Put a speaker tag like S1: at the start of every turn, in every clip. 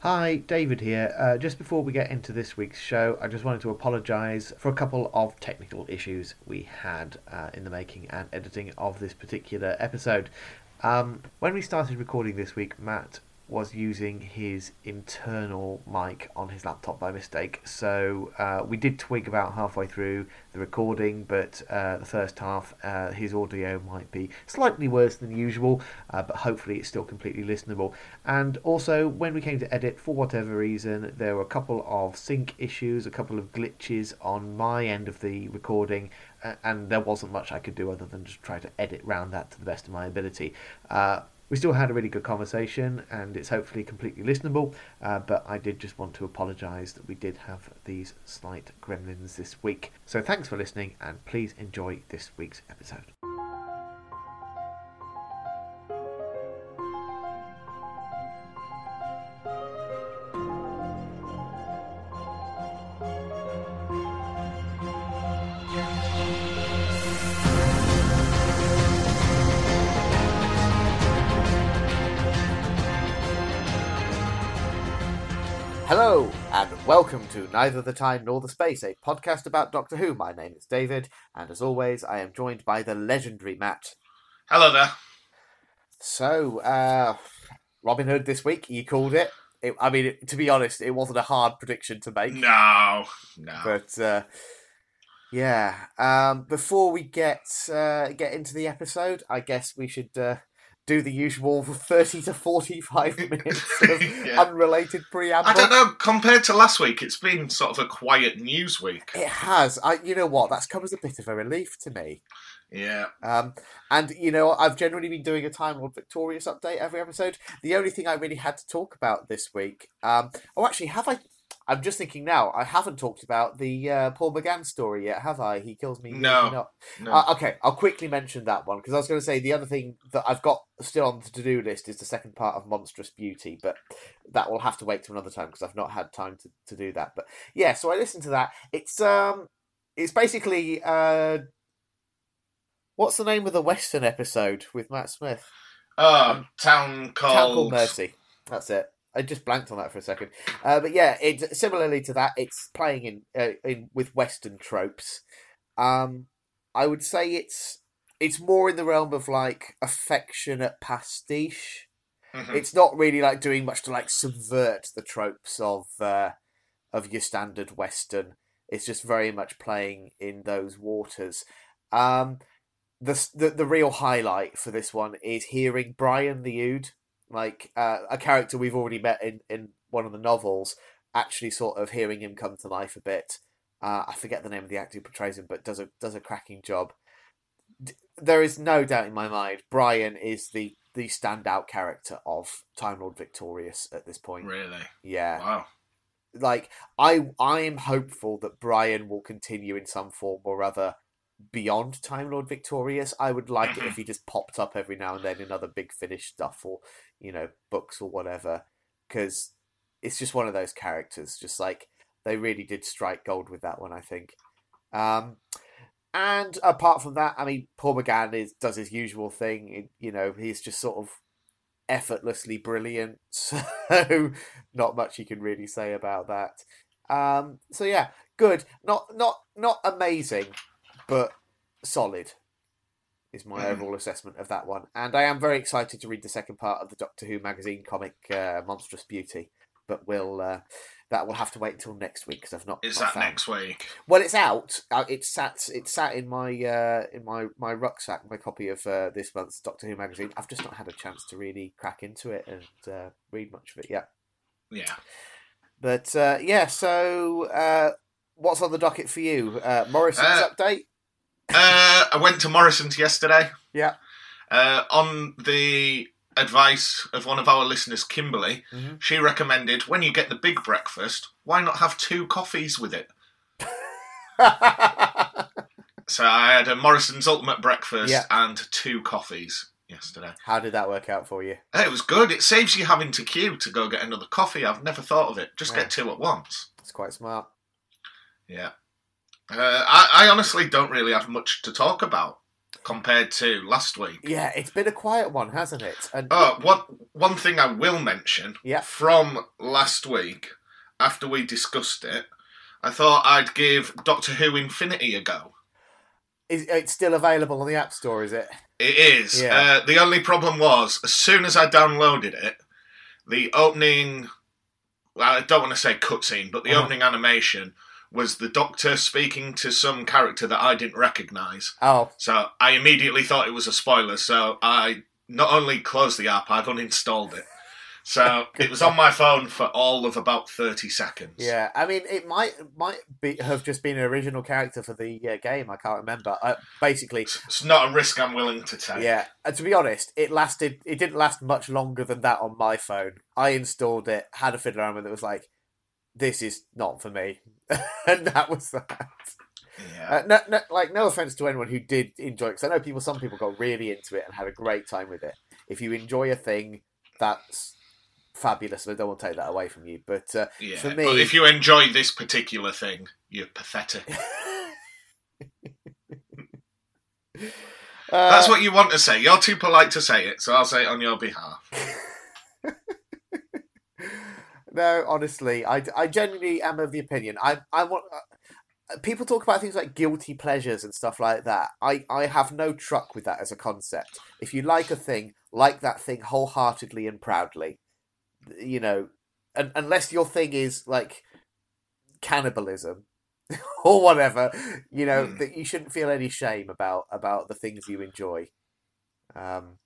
S1: Hi, David here. Uh, just before we get into this week's show, I just wanted to apologise for a couple of technical issues we had uh, in the making and editing of this particular episode. Um, when we started recording this week, Matt was using his internal mic on his laptop by mistake, so uh, we did twig about halfway through the recording, but uh, the first half, uh, his audio might be slightly worse than usual, uh, but hopefully it's still completely listenable. And also, when we came to edit, for whatever reason, there were a couple of sync issues, a couple of glitches on my end of the recording, a- and there wasn't much I could do other than just try to edit round that to the best of my ability. Uh, we still had a really good conversation and it's hopefully completely listenable, uh, but I did just want to apologise that we did have these slight gremlins this week. So thanks for listening and please enjoy this week's episode. Hello and welcome to Neither the Time Nor the Space, a podcast about Doctor Who. My name is David, and as always, I am joined by the legendary Matt.
S2: Hello there.
S1: So, uh, Robin Hood this week, you called it. it I mean, it, to be honest, it wasn't a hard prediction to make.
S2: No, no.
S1: but uh, yeah um, before we get uh, get into the episode i guess we should uh, do the usual 30 to 45 minutes of
S2: Yeah.
S1: unrelated preamble
S2: I don't know. Compared to last week, it's been sort of a quiet news week.
S1: it has i you know what that's come as a bit of a relief to me
S2: Yeah.
S1: um, and you know i've generally been doing a time lord victorious update every episode the only thing i really had to talk about this week um, oh actually have i I'm just thinking now. I haven't talked about the uh, Paul McGann story yet, have I? He kills me. he kills me
S2: No.
S1: not.
S2: No.
S1: Uh, okay, I'll quickly mention that one because I was going to say the other thing that I've got still on the to do list is the second part of Monstrous Beauty, but that will have to wait till another time because I've not had time to, to do that. But yeah, so I listened to that. It's um, it's basically uh, what's the name of the Western episode with Matt Smith?
S2: oh, town called.
S1: Town Called Mercy. That's it. I just blanked on that for a second. Uh, but yeah, it's similarly to that. It's playing in uh, in with Western tropes. Um, I would say it's it's more in the realm of like affectionate pastiche.
S2: Mhm.
S1: It's not really like doing much to like subvert the tropes of uh, of your standard Western. It's just very much playing in those waters. Um, the, s- the the real highlight for this one is hearing Brian the Ood, like uh, a character we've already met in, in one of the novels, actually sort of hearing him come to life a bit. Uh, I forget the name of the actor who portrays him, but does a does a cracking job. D- there is no doubt in my mind, Brian is the the standout character of Time Lord Victorious at this point.
S2: Really?
S1: Yeah
S2: Wow.
S1: like I I am hopeful that Brian will continue in some form or other beyond Time Lord Victorious. I would like it if he just popped up every now and then in other big finish stuff or you know books or whatever because it's just one of those characters. Just like they really did strike gold with that one, I think. Um, and apart from that, I mean, Paul McGann is does his usual thing. It- you know, he's just sort of effortlessly brilliant. So not much you can really say about that. Um, so yeah, good. Not not not amazing, but solid is my
S2: Mhm.
S1: overall assessment of that one. And I am very excited to read the second part of the Doctor Who magazine comic uh, Monstrous Beauty, but we'll uh, that will have to wait until next week because I've not.
S2: Is
S1: not
S2: that
S1: found-
S2: next week?
S1: well, it's out. Uh, It sat. It sat in my uh, in my my rucksack. My copy of uh, this month's Doctor Who magazine. I've just not had a chance to really crack into it and uh, read much of it yet.
S2: Yeah.
S1: But uh, yeah, so uh, what's on the docket for you? Uh, Morrison's
S2: Uh,
S1: update.
S2: Uh, I went to Morrison's yesterday.
S1: Yeah.
S2: Uh, on the advice of one of our listeners, Kimberly,
S1: Mhm.
S2: she recommended when you get the big breakfast, why not have two coffees with it? So I had a Morrison's Ultimate Breakfast
S1: Yeah.
S2: and two coffees yesterday.
S1: How did that work out for you?
S2: Hey, It was good. It saves you having to queue to go get another coffee. I've never thought of it. Just
S1: Yeah.
S2: get two at once.
S1: It's quite smart.
S2: Yeah. Uh, I, I honestly don't really have much to talk about. compared to last week.
S1: Yeah, it's been a quiet one, hasn't it? And
S2: Oh, what one thing I will mention
S1: Yeah.
S2: from last week after we discussed it, I thought I'd give Doctor Who Infinity a go.
S1: is, it's still available on the App Store, is it?
S2: It is.
S1: Yeah.
S2: Uh, the only problem was, as soon as I downloaded it, the opening. Well, I don't want to say cutscene, but the
S1: Uh-huh.
S2: opening animation was the Doctor speaking to some character that I didn't recognise.
S1: Oh,
S2: So I immediately thought it was a spoiler. So I not only closed the app, I uninstalled it. So it was on my phone for all of about 30 seconds.
S1: yeah. I mean, it might might be, have just been an original character for the uh, game. I can't remember. Uh, basically,
S2: It's, it's not a risk I'm willing to take.
S1: Yeah, and to be honest, it lasted. It didn't last much longer than that on my phone. I installed it, had a fiddle around with it, was like, "This is not for me," and that was that.
S2: Yeah.
S1: Uh, no, no, like no offense to anyone who did enjoy, because I know people. Some people got really into it and had a great time with it. If you enjoy a thing, that's fabulous. and I don't want to take that away from you, but uh,
S2: yeah.
S1: for me-
S2: But if you enjoy this particular thing, you're pathetic. That's
S1: uh,
S2: what you want to say. You're too polite to say it, so I'll say it on your behalf.
S1: no, honestly, I, I genuinely am of the opinion. I I want uh, people talk about things like guilty pleasures and stuff like that. I I have no truck with that as a concept. If you like a thing, like that thing wholeheartedly and proudly. You know, un- unless your thing is like cannibalism or whatever, you know
S2: Hmm.
S1: that you shouldn't feel any shame about about the things you enjoy. Um,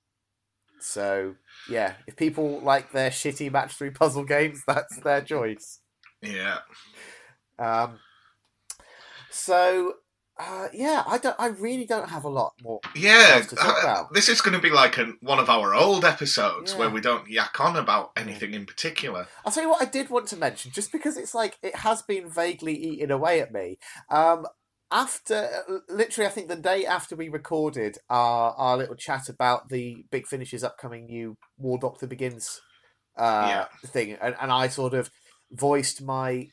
S1: so yeah, if people like their shitty match three puzzle games, that's their choice.
S2: Yeah.
S1: Um, so uh, yeah, I don't. I really don't have a lot more.
S2: Yeah.
S1: Stuff to talk
S2: uh,
S1: about.
S2: This is going to be like an, one of our old episodes
S1: Yeah.
S2: where we don't yak on about anything in particular.
S1: I'll tell you what I did want to mention, just because it's like it has been vaguely eating away at me. Um, after uh, literally, I think the day after we recorded our our little chat about the Big Finish's upcoming new War Doctor Begins uh, thing, and, and I sort of voiced my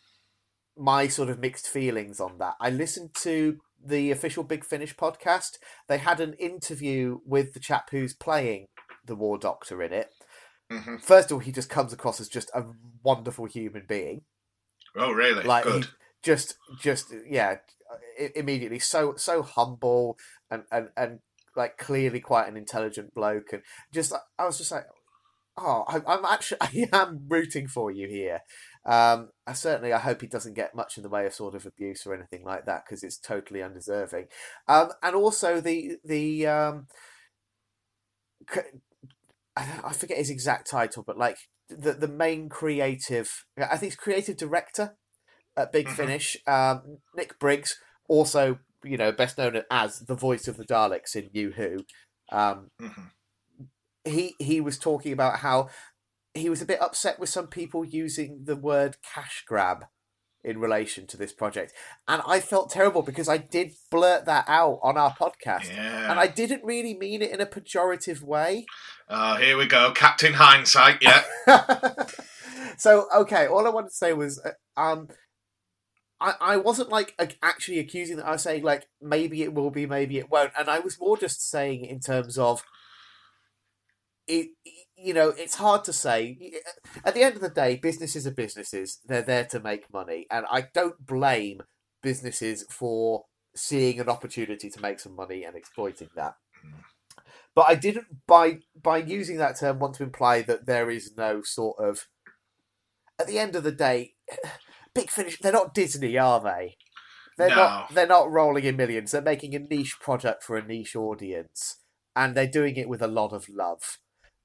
S1: my sort of mixed feelings on that. I listened to the official Big Finish podcast. They had an interview with the chap who's playing the War Doctor in it
S2: hmm
S1: first of all, he just comes across as just a wonderful human being.
S2: Oh, really?
S1: Like he
S2: Good.
S1: just, just yeah, i- immediately so so humble and and and like clearly quite an intelligent bloke, and just like- I was just like, oh, I'm, I'm actually I am rooting for you here. Um, I certainly I hope he doesn't get much in the way of sort of abuse or anything like that because it's totally undeserving. Um, and also the the um, c- I I forget his exact title, but like the the main creative, I think he's creative director at Big
S2: Mhm.
S1: Finish. Um, Nick Briggs, also you know best known as the voice of the Daleks in You Who. Um,
S2: Mhm.
S1: he he was talking about how he was a bit upset with some people using the word cash grab in relation to this project, and I felt terrible because I did blurt that out on our podcast.
S2: Yeah.
S1: And I didn't really mean it in a pejorative way.
S2: Oh, here we go. Captain Hindsight. Yeah.
S1: so okay, all I wanted to say was, uh, um, I I wasn't like ac- actually accusing them. I was saying like maybe it will be, maybe it won't, and I was more just saying in terms of it. You know, it's hard to say. At the end of the day, businesses are businesses. They're there to make money, and I don't blame businesses for seeing an opportunity to make some money and exploiting that.
S2: Mm.
S1: But I didn't by by using that term want to imply that there is no sort of at the end of the day big finish they're not Disney, are they? They're not
S2: No.
S1: they're not rolling in millions. They're making a niche product for a niche audience. And they're doing it with a lot of love.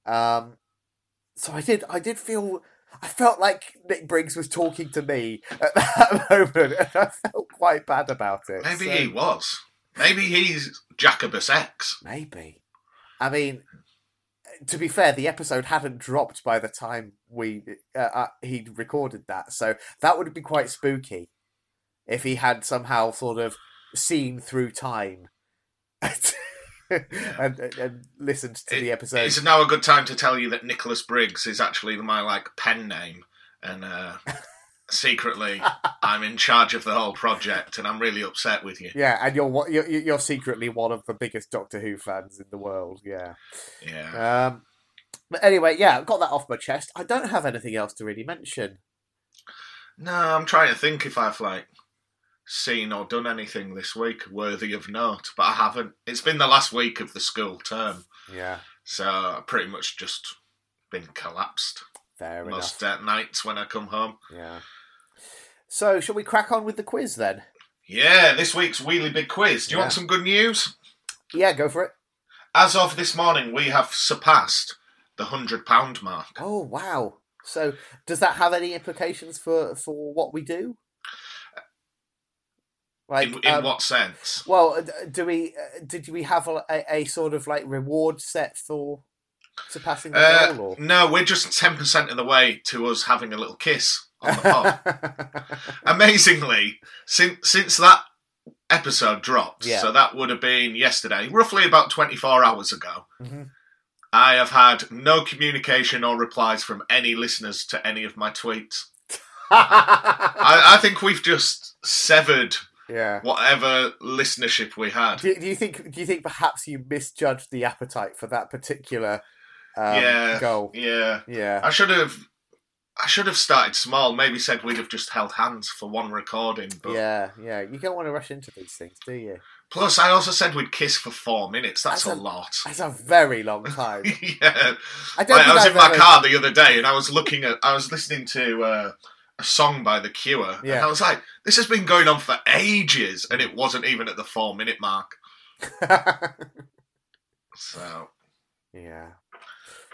S1: Um so I did I did feel I felt like Nick Briggs was talking to me at that moment and I felt quite bad about it.
S2: Maybe
S1: so-
S2: he was. Maybe he's Jacobus X.
S1: Maybe. I mean, to be fair, the episode hadn't dropped by the time we uh, uh, he recorded that, so that would have been quite spooky if he had somehow sort of seen through time and, and, and listened to the episode.
S2: It's now a good time to tell you that Nicholas Briggs is actually my like pen name, and uh, secretly I'm in charge of the whole project and I'm really upset with you.
S1: Yeah, and you're wa- you're you're secretly one of the biggest Doctor Who fans in the world. Yeah.
S2: Yeah.
S1: Um, but anyway, yeah, I've got that off my chest. I don't have anything else to really mention.
S2: No, I'm trying to think if I've like seen or done anything this week worthy of note, but I haven't. It's been the last week of the school term,
S1: Yeah,
S2: so I've pretty much just been collapsed
S1: fair
S2: most uh, nights when I come home.
S1: enough. Yeah. So, shall we crack on with the quiz then?
S2: Yeah, this week's Wheelie Big Quiz. Do you want
S1: Yeah.
S2: some good news?
S1: Yeah, go for it.
S2: As of this morning, we have surpassed the £100 mark.
S1: Oh wow! So, does that have any implications for for what we do? Like,
S2: Uh, in in
S1: um,
S2: what sense?
S1: well, d- do we uh, did we have a, a, a sort of like reward set for surpassing the
S2: Uh,
S1: goal? Or?
S2: no, we're just 10% of the way to us having a little kiss on the pod. amazingly, since since that episode dropped,
S1: Yeah.
S2: so that would have been yesterday, roughly about 24 hours ago,
S1: Mhm.
S2: I have had no communication or replies from any listeners to any of my tweets.
S1: Ah.
S2: I, I think we've just severed
S1: Mm-hmm. yeah.
S2: whatever listenership we had.
S1: Do, do you think? Do you think perhaps you misjudged the appetite for that particular um,
S2: Yeah.
S1: goal?
S2: Yeah,
S1: Yeah.
S2: I should have. I should have started small. Maybe said we'd have just held hands for one recording. But
S1: Yeah, yeah. You don't want to rush into these things, do you?
S2: plus, I also said we'd kiss for four minutes. That's,
S1: That's a-
S2: a lot.
S1: That's a very long time.
S2: yeah,
S1: I don't
S2: Like, I
S1: think
S2: was
S1: I've
S2: in my
S1: ever-
S2: car the other day and I was looking at, I was listening to uh, a song by The Cure. And
S1: Yeah.
S2: I was like, this has been going on for ages and it wasn't even at the four minute mark. So,
S1: yeah.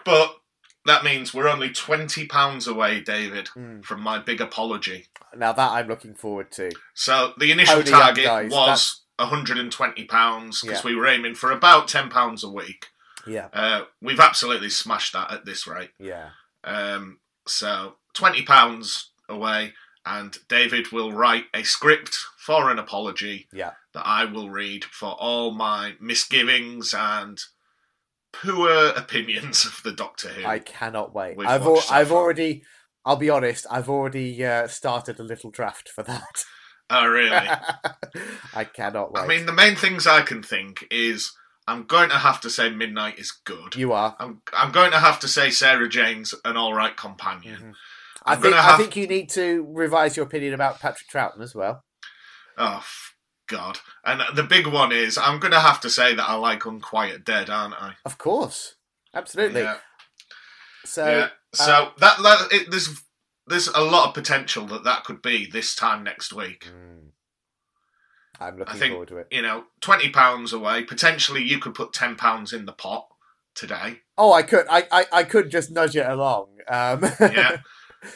S2: but that means we're only £20 away, David,
S1: Mm.
S2: from my big apology.
S1: Now that I'm looking forward to.
S2: So the initial
S1: Howdy, young
S2: target
S1: guys.
S2: was £120 because
S1: Yeah.
S2: we were aiming for about £10 a week.
S1: Yeah,
S2: Uh, we've absolutely smashed that at this rate.
S1: yeah.
S2: Um, so twenty pounds away, and David will write a script for an apology.
S1: Yeah.
S2: That I will read for all my misgivings and poor opinions of the Doctor Who.
S1: I cannot wait.
S2: We've
S1: I've al-
S2: watched that
S1: I've
S2: far.
S1: already. I'll be honest. I've already uh, started a little draft for that.
S2: oh, really?
S1: I cannot wait.
S2: I mean, the main things I can think is I'm going to have to say Midnight is good.
S1: you are.
S2: I'm I'm going to have to say Sarah Jane's an all right companion.
S1: Mhm. I
S2: Mm-hmm. I'm
S1: think
S2: gonna
S1: I
S2: have-
S1: think you need to revise your opinion about Patrick Troughton as well. Mm-hmm.
S2: Oh f- God! And the big one is I'm going to have to say that I like Unquiet Dead, aren't I?
S1: Of course, absolutely.
S2: Yeah.
S1: So uh,
S2: yeah. So that, that it, there's there's a lot of potential that that could be this time next week.
S1: Mm. I'm looking
S2: think-
S1: forward to it.
S2: You know, twenty pounds away. Potentially, you could put ten pounds in the pot today.
S1: Oh, I could, I, I, I could just nudge it along. Um,
S2: Yeah.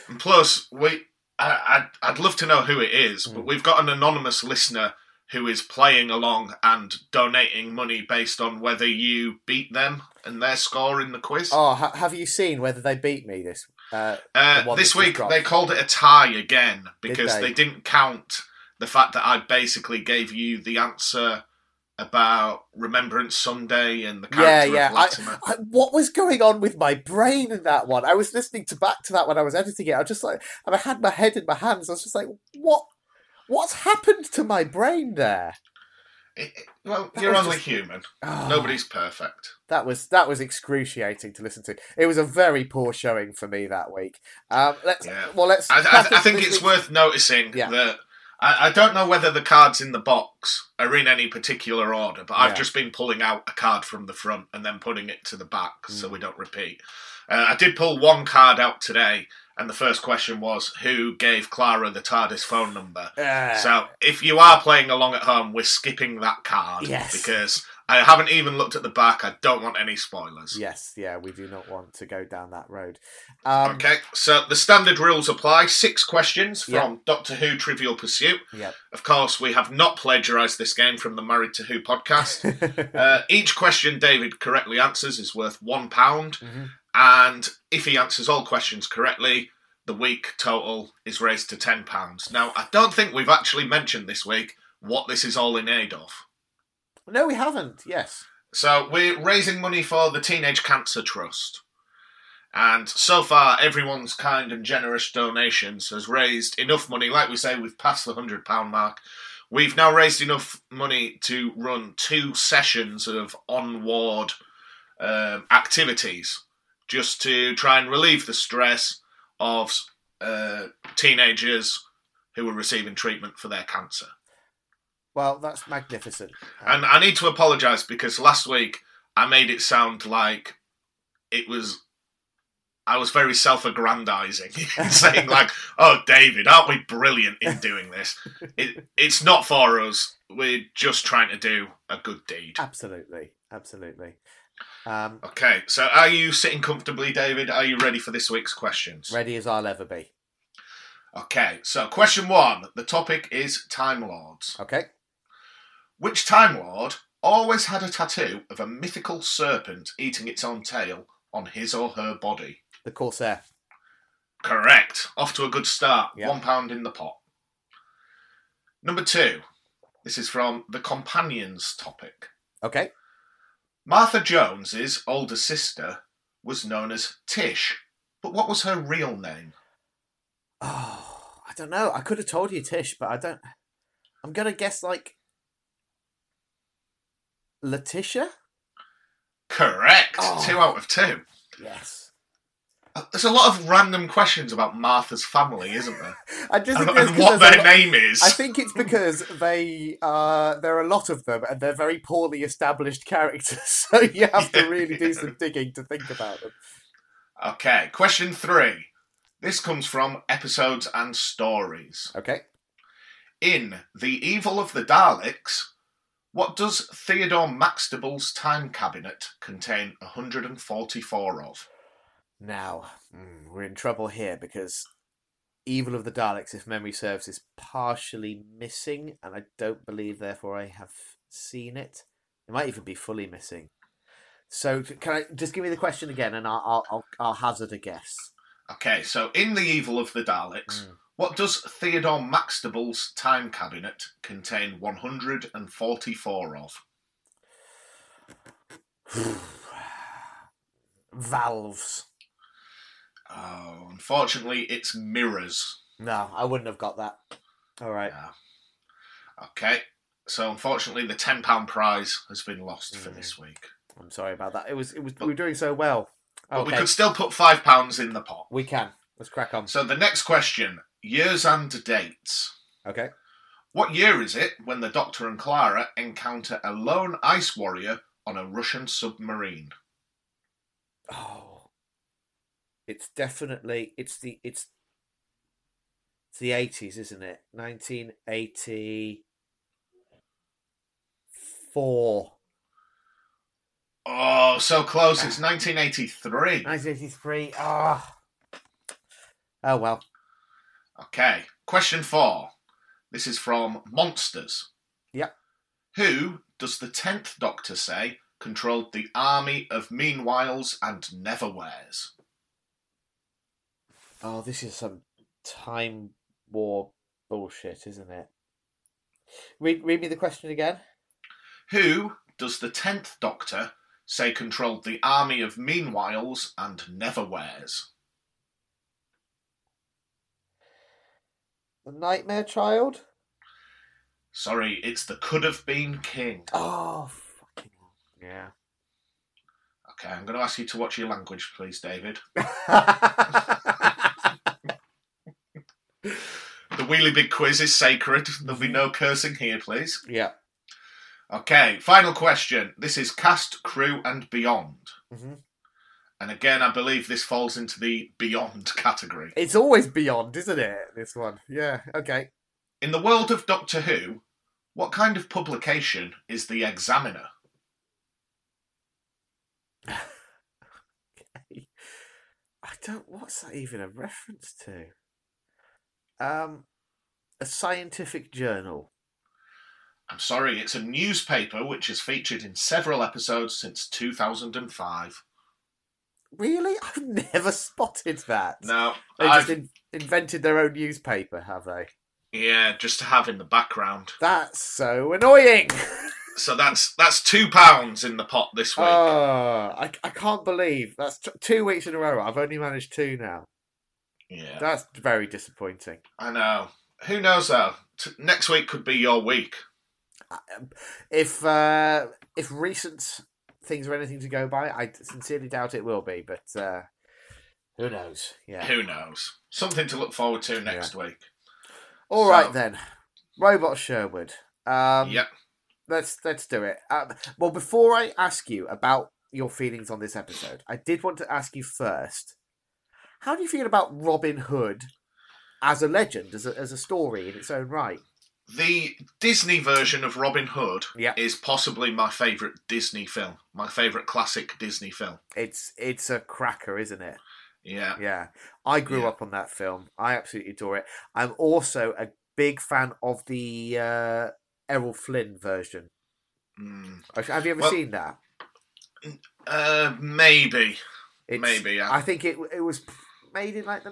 S2: and plus, we I, I'd I'd love to know who it is, but
S1: Mm.
S2: we've got an anonymous listener who is playing along and donating money based on whether you beat them and their score in the quiz.
S1: oh, ha- have you seen whether they beat me this? Uh, the
S2: Uh,
S1: one
S2: this
S1: that's just
S2: week
S1: dropped.
S2: they called it a tie again because
S1: they?
S2: they? didn't count the fact that I basically gave you the answer about Remembrance Sunday and the
S1: yeah,
S2: character
S1: yeah.
S2: of
S1: I,
S2: Latimer.
S1: I, what was going on with my brain in that one? I was listening to back to that when I was editing it. I was just like, and I had my head in my hands. I was just like, what? What's happened to my brain there?
S2: It- it- well,
S1: That
S2: you're
S1: was
S2: only
S1: just-
S2: human.
S1: Oh.
S2: Nobody's perfect.
S1: That was that was excruciating to listen to. It was a very poor showing for me that week. Um, let's
S2: Yeah.
S1: well let's.
S2: I,
S1: crack
S2: I,
S1: into
S2: I think
S1: this
S2: it's
S1: week's-
S2: worth noticing
S1: Yeah.
S2: that I, I don't know whether the cards in the box are in any particular order, but I've
S1: Yeah.
S2: just been pulling out a card from the front and then putting it to the back so
S1: Mm.
S2: we don't repeat. Uh, I did pull one card out today, and the first question was who gave Clara the TARDIS phone number?
S1: Uh,
S2: So if you are playing along at home, we're skipping that card
S1: Yes.
S2: because I haven't even looked at the back. I don't want any spoilers.
S1: yes, yeah, we do not want to go down that road. Um,
S2: Okay, so the standard rules apply. Six questions from
S1: Yeah.
S2: Doctor Who Trivial Pursuit.
S1: Yep.
S2: Of course, we have not plagiarised this game from the Married to Who podcast. uh, each question David correctly answers is worth one pound,
S1: Mhm.
S2: and if he answers all questions correctly, the week total is raised to ten pounds. Now, I don't think we've actually mentioned this week what this is all in aid of.
S1: No, we haven't. Yes.
S2: So we're raising money for the Teenage Cancer Trust. And so far, everyone's kind and generous donations has raised enough money. Like we say, we've passed the hundred pound mark. We've now raised enough money to run two sessions of onward um, activities, just to try and relieve the stress of uh, teenagers who are receiving treatment for their cancer.
S1: Well, that's magnificent. Uh,
S2: And I need to apologise because last week I made it sound like it was. I was very self aggrandizing, saying, like, oh, David, aren't we brilliant in doing this? It, it's not for us. We're just trying to do a good deed.
S1: absolutely, absolutely. Um,
S2: Okay, so are you sitting comfortably, David? Are you ready for this week's questions?
S1: ready as I'll ever be.
S2: Okay, so question one the topic is Time Lords.
S1: Okay.
S2: Which Time Lord always had a tattoo of a mythical serpent eating its own tail on his or her body?
S1: The Corsair.
S2: Correct. Off to a good start.
S1: Yeah.
S2: One pound in the pot. Number two. This is from the companions topic.
S1: Okay.
S2: Martha Jones's older sister was known as Tish, but what was her real name?
S1: Oh, I don't know. I could have told you Tish, but I don't. I'm gonna guess like Letitia.
S2: Correct.
S1: Oh.
S2: Two out of two.
S1: Yes.
S2: Uh, There's a lot of random questions about Martha's family, isn't there?
S1: I just
S2: and,
S1: think that's
S2: and
S1: 'cause
S2: what
S1: there's a
S2: their
S1: lot-
S2: name is.
S1: I think it's because they uh, there are a lot of them and they're very poorly established characters, so you have to
S2: Yeah,
S1: really do
S2: yeah.
S1: some digging to think about them.
S2: Okay, question three. This comes from episodes and stories.
S1: Okay.
S2: In The Evil of the Daleks, what does Theodore Maxtable's time cabinet contain 144 of?
S1: Now mm, we're in trouble here because Evil of the Daleks, if memory serves, is partially missing, and I don't believe, therefore, I have seen it. It might even be fully missing. So, c- can I just give me the question again, and I'll I'll, I'll, I'll hazard a guess.
S2: Okay, so in The Evil of the
S1: Hmm.
S2: Daleks, what does Theodore Maxtable's time cabinet contain 144 of? Mm.
S1: Valves.
S2: Oh, unfortunately, it's mirrors.
S1: No, I wouldn't have got that. All right.
S2: Yeah. Okay, so unfortunately, the £10 prize has been lost for
S1: Mm.
S2: this week.
S1: I'm sorry about that. It was it was we were doing so well.
S2: But
S1: Okay,
S2: we could still put £5 in the pot.
S1: we can. Let's crack on.
S2: So the next question years and dates.
S1: Okay.
S2: What year is it when the Doctor and Clara encounter a lone ice warrior on a Russian submarine?
S1: Oh, it's definitely it's the it's it's the eighties, isn't it? Nineteen eighty four.
S2: Oh, so close. It's 1983.
S1: 1983. Ah. Oh well.
S2: Okay. Question four. This is from Monsters.
S1: Yep.
S2: Who does the 10th Doctor say controlled the army of meanwhiles and neverwheres?
S1: Oh, this is some time war bullshit, isn't it? Read read me the question again.
S2: Who does the 10th Doctor say controlled the army of meanwhiles and neverwheres?
S1: The Nightmare Child?
S2: Sorry, it's the could have been king.
S1: Oh fucking hell. Yeah.
S2: Okay, I'm going to ask you to watch your language, please, David. The wheelie big quiz is sacred. There'll be no cursing here, please.
S1: yeah.
S2: Okay, final question. This is cast, crew, and beyond.
S1: Mhm.
S2: And again, I believe this falls into the beyond category.
S1: It's always beyond, isn't it? This one. Yeah. Okay.
S2: In the world of Doctor Who, what kind of publication is The Examiner?
S1: I don't. What's that even a reference to? Um, a scientific journal.
S2: I'm sorry, it's a newspaper which is featured in several episodes since 2005.
S1: Really? I've never spotted that.
S2: Now,
S1: They
S2: I've,
S1: just in- invented their own newspaper, have they?
S2: yeah, just to have in the background.
S1: That's so annoying.
S2: So that's that's two pounds in the pot this week.
S1: Oh, I, I can't believe that's t- two weeks in a row. I've only managed two now.
S2: yeah,
S1: That's very disappointing.
S2: I know. Who knows though? T- next week could be your week.
S1: If uh, if recent things are anything to go by, I sincerely doubt it will be. But uh, who knows? Yeah.
S2: Who knows? Something to look forward to next week.
S1: All right
S2: So-
S1: then, Robot Sherwood. Um,
S2: yep.
S1: Let's let's do it. Um, well, before I ask you about your feelings on this episode, I did want to ask you first. How do you feel about Robin Hood as a legend, as a, as a story in its own right?
S2: The Disney version of Robin Hood
S1: Yeah.
S2: is possibly my favourite Disney film, my favourite classic Disney film.
S1: It's it's a cracker, isn't it?
S2: Yeah.
S1: Yeah, I grew
S2: Yeah.
S1: up on that film. I absolutely adore it. I'm also a big fan of the uh, Errol Flynn version.
S2: Mm.
S1: Have you ever
S2: Well-
S1: seen that?
S2: Uh, maybe.
S1: It's,
S2: Maybe, yeah.
S1: I think it it was made in like the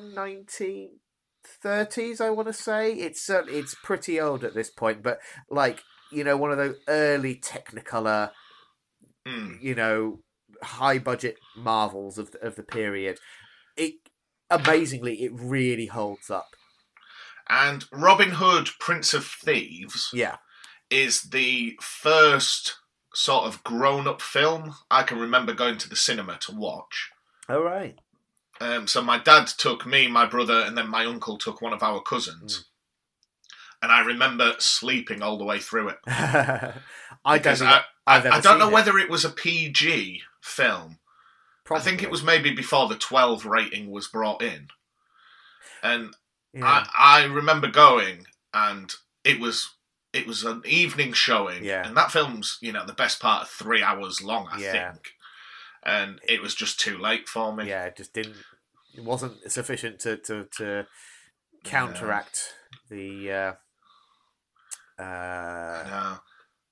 S1: 1930s. I want to say it's certainly it's pretty old at this point, but like you know, one of those early Technicolor,
S2: Mm.
S1: you know, high budget marvels of the, of the period. It amazingly, it really holds up.
S2: And Robin Hood, Prince of Thieves,
S1: Yeah,
S2: is the first sort of grown up film I can remember going to the cinema to watch.
S1: all right.
S2: Um, so my dad took me, my brother, and then my uncle took one of our
S1: Hmm.
S2: cousins. And I remember sleeping all the way through it.
S1: I don't.
S2: Because
S1: think I've ever
S2: I don't
S1: seen
S2: know
S1: it.
S2: whether it was a PG film. I think it
S1: Probably.
S2: was maybe before the 12 rating was brought in. And
S1: Yeah.
S2: I, I remember going, and it was it was an evening showing,
S1: Yeah.
S2: and that film's you know the best part of three hours long, I
S1: Yeah.
S2: think, and it was just too late for me.
S1: yeah, it just didn't. It wasn't sufficient to to, to counteract the. Uh, uh,
S2: No.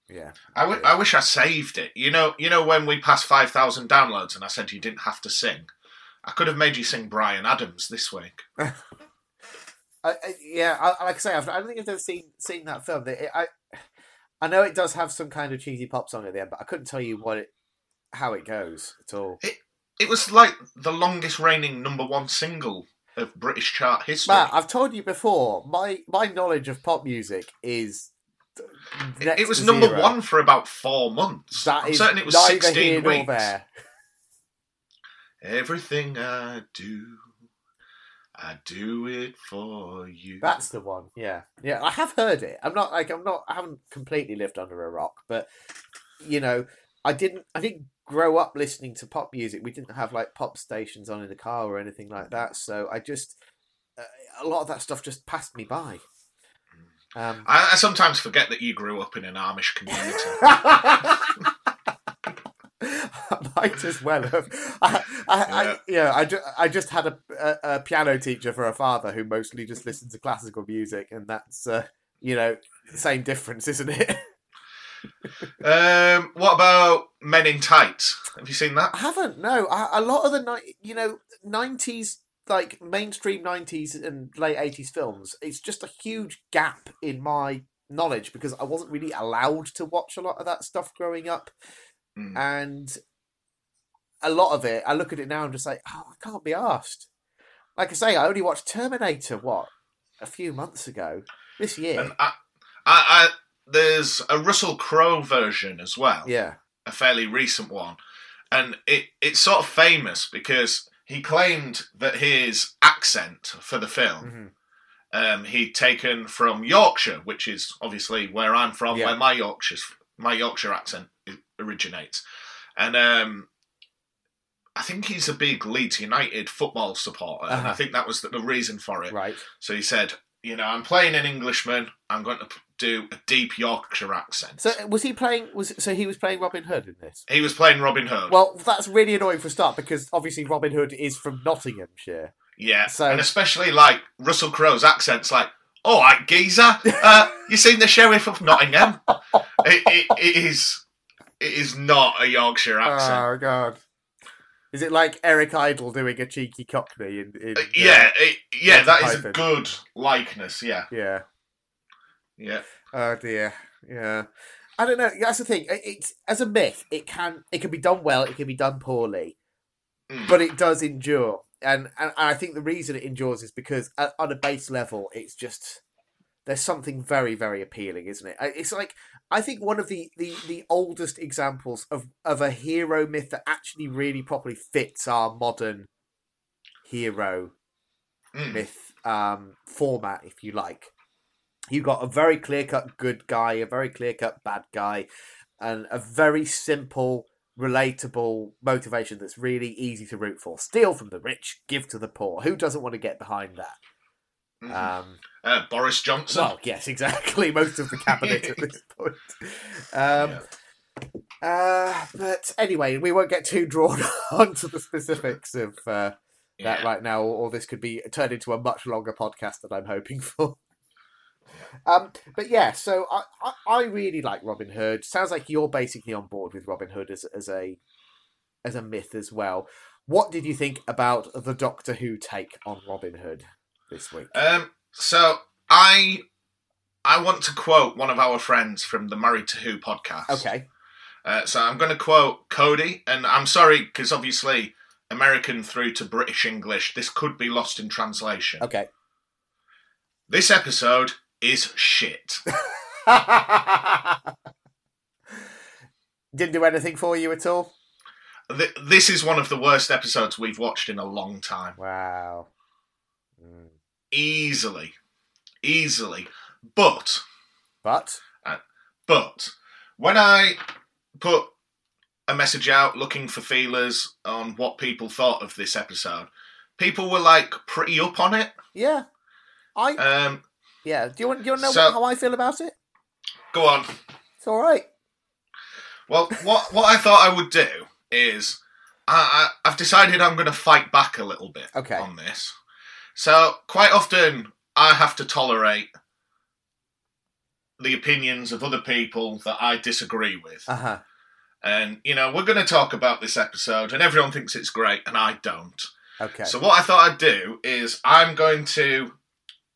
S1: yeah,
S2: I, w- I wish I saved it. You know, you know when we passed five thousand downloads, and I said you didn't have to sing. I could have made you sing Brian Adams this week.
S1: I, I, yeah. I, like I say, I've, I don't think I've ever seen seen that film. They- I, I know it does have some kind of cheesy pop song at the end, but I couldn't tell you what it, how it goes at all.
S2: It was like the longest reigning number one single of British chart history.
S1: Matt, I've told you before. My my knowledge of pop music is.
S2: it,
S1: next
S2: it was
S1: to
S2: number
S1: zero.
S2: one for about four months.
S1: That
S2: I'm
S1: is
S2: certain it was
S1: neither here
S2: sixteen
S1: nor
S2: weeks.
S1: there.
S2: Everything I do, I do it for you.
S1: That's the one. Yeah, yeah. I have heard it. I'm not like I'm not. I haven't completely lived under a rock, but you know, I didn't. I didn't grow up listening to pop music. We didn't have like pop stations on in the car or anything like that. So I just uh, a lot of that stuff just passed me by. Um,
S2: I, I sometimes forget that you grew up in an Amish community.
S1: I might as well have. I, I, I, yeah, I, ju- I just had a, a, a piano teacher for a father who mostly just listened to classical music, and that's, uh, you know, same difference, isn't it?
S2: um, what about Men in Tights? Have you seen
S1: I
S2: that?
S1: haven't, no. I, a lot of the, ni- you know, 90s, like mainstream 90s and late 80s films, it's just a huge gap in my knowledge because I wasn't really allowed to watch a lot of that stuff growing up.
S2: Mm.
S1: and a lot of it, I look at it now and just say, oh, I can't be asked. Like I say, I only watched Terminator what a few months ago this year.
S2: And I, I, I, there's a Russell Crowe version as well,
S1: yeah,
S2: a fairly recent one, and it it's sort of famous because he claimed that his accent for the film
S1: hmm
S2: um, he'd taken from Yorkshire, which is obviously where I'm from,
S1: Yeah.
S2: where my Yorkshire's my Yorkshire accent i- originates. And um, I think he's a big Leeds United football supporter, and I
S1: Uh-huh.
S2: think that was the, the reason for it.
S1: right.
S2: So he said, "You know, I'm playing an Englishman. I'm going to p- do a deep Yorkshire accent."
S1: So was he playing? Was so he was playing Robin Hood in this?
S2: he was playing Robin Hood.
S1: Well, that's really annoying for a start because obviously Robin Hood is from Nottinghamshire.
S2: yeah,
S1: so-
S2: and especially like Russell Crowe's accent's like, "All right, geezer, uh, you seen the sheriff of Nottingham?" it, it, it is. It is not a Yorkshire accent.
S1: Oh God! Is it like Eric Idle doing a cheeky Cockney? In, in
S2: Uh, yeah, it, yeah,
S1: That's
S2: that
S1: a
S2: is a
S1: python.
S2: good likeness. Yeah,
S1: yeah.
S2: yeah.
S1: Oh dear. Yeah. I don't know. That's the thing. It- It's as a myth, it can it can be done well, it can be done poorly,
S2: Mm.
S1: but it does endure. And and, and I think the reason it endures is because at, on a base level, it's just there's something very very appealing, isn't it? I- It's like I think one of the the the oldest examples of of a hero myth that actually really properly fits our modern hero
S2: Mm.
S1: myth um, format, if you like. You got a very clear cut good guy, a very clear cut bad guy, and a very simple, relatable motivation that's really easy to root for. Steal from the rich, give to the poor. Who doesn't want to get behind that?
S2: Mm.
S1: Um,
S2: uh, Boris Johnson.
S1: well, yes, exactly. Most of the cabinet at this point. Um,
S2: Yeah.
S1: uh, but anyway, we won't get too drawn onto the specifics of uh, that
S2: Yeah.
S1: right now, or, or this could be turned into a much longer podcast than I'm hoping for. Um, but yeah, so I, I, I really like Robin Hood. Sounds like you're basically on board with Robin Hood as, as a as a myth as well. What did you think about the Doctor Who take on Robin Hood this week?
S2: Um, so I I want to quote one of our friends from the Married to Who podcast.
S1: Okay,
S2: Uh, so I'm going to quote Cody, and I'm sorry because obviously American through to British English, this could be lost in translation.
S1: okay.
S2: This episode is shit.
S1: Didn't do anything for you at all.
S2: Th- this is one of the worst episodes we've watched in a long time.
S1: Wow. Mm.
S2: Easily, easily. But
S1: But
S2: But when I put a message out looking for feelers on what people thought of this episode, people were like pretty up on it.
S1: yeah, I
S2: Um,
S1: Yeah. Do you want, do you want to know
S2: So-
S1: what, how I feel about it?
S2: go on.
S1: It's all right.
S2: Well, what what I thought I would do is I, I I've decided I'm going to fight back a little bit
S1: Okay.
S2: on this. So quite often I have to tolerate the opinions of other people that I disagree with.
S1: Uh huh.
S2: And, you know, we're going to talk about this episode, and everyone thinks it's great, and I don't.
S1: Okay.
S2: So, what I thought I'd do is I'm going to,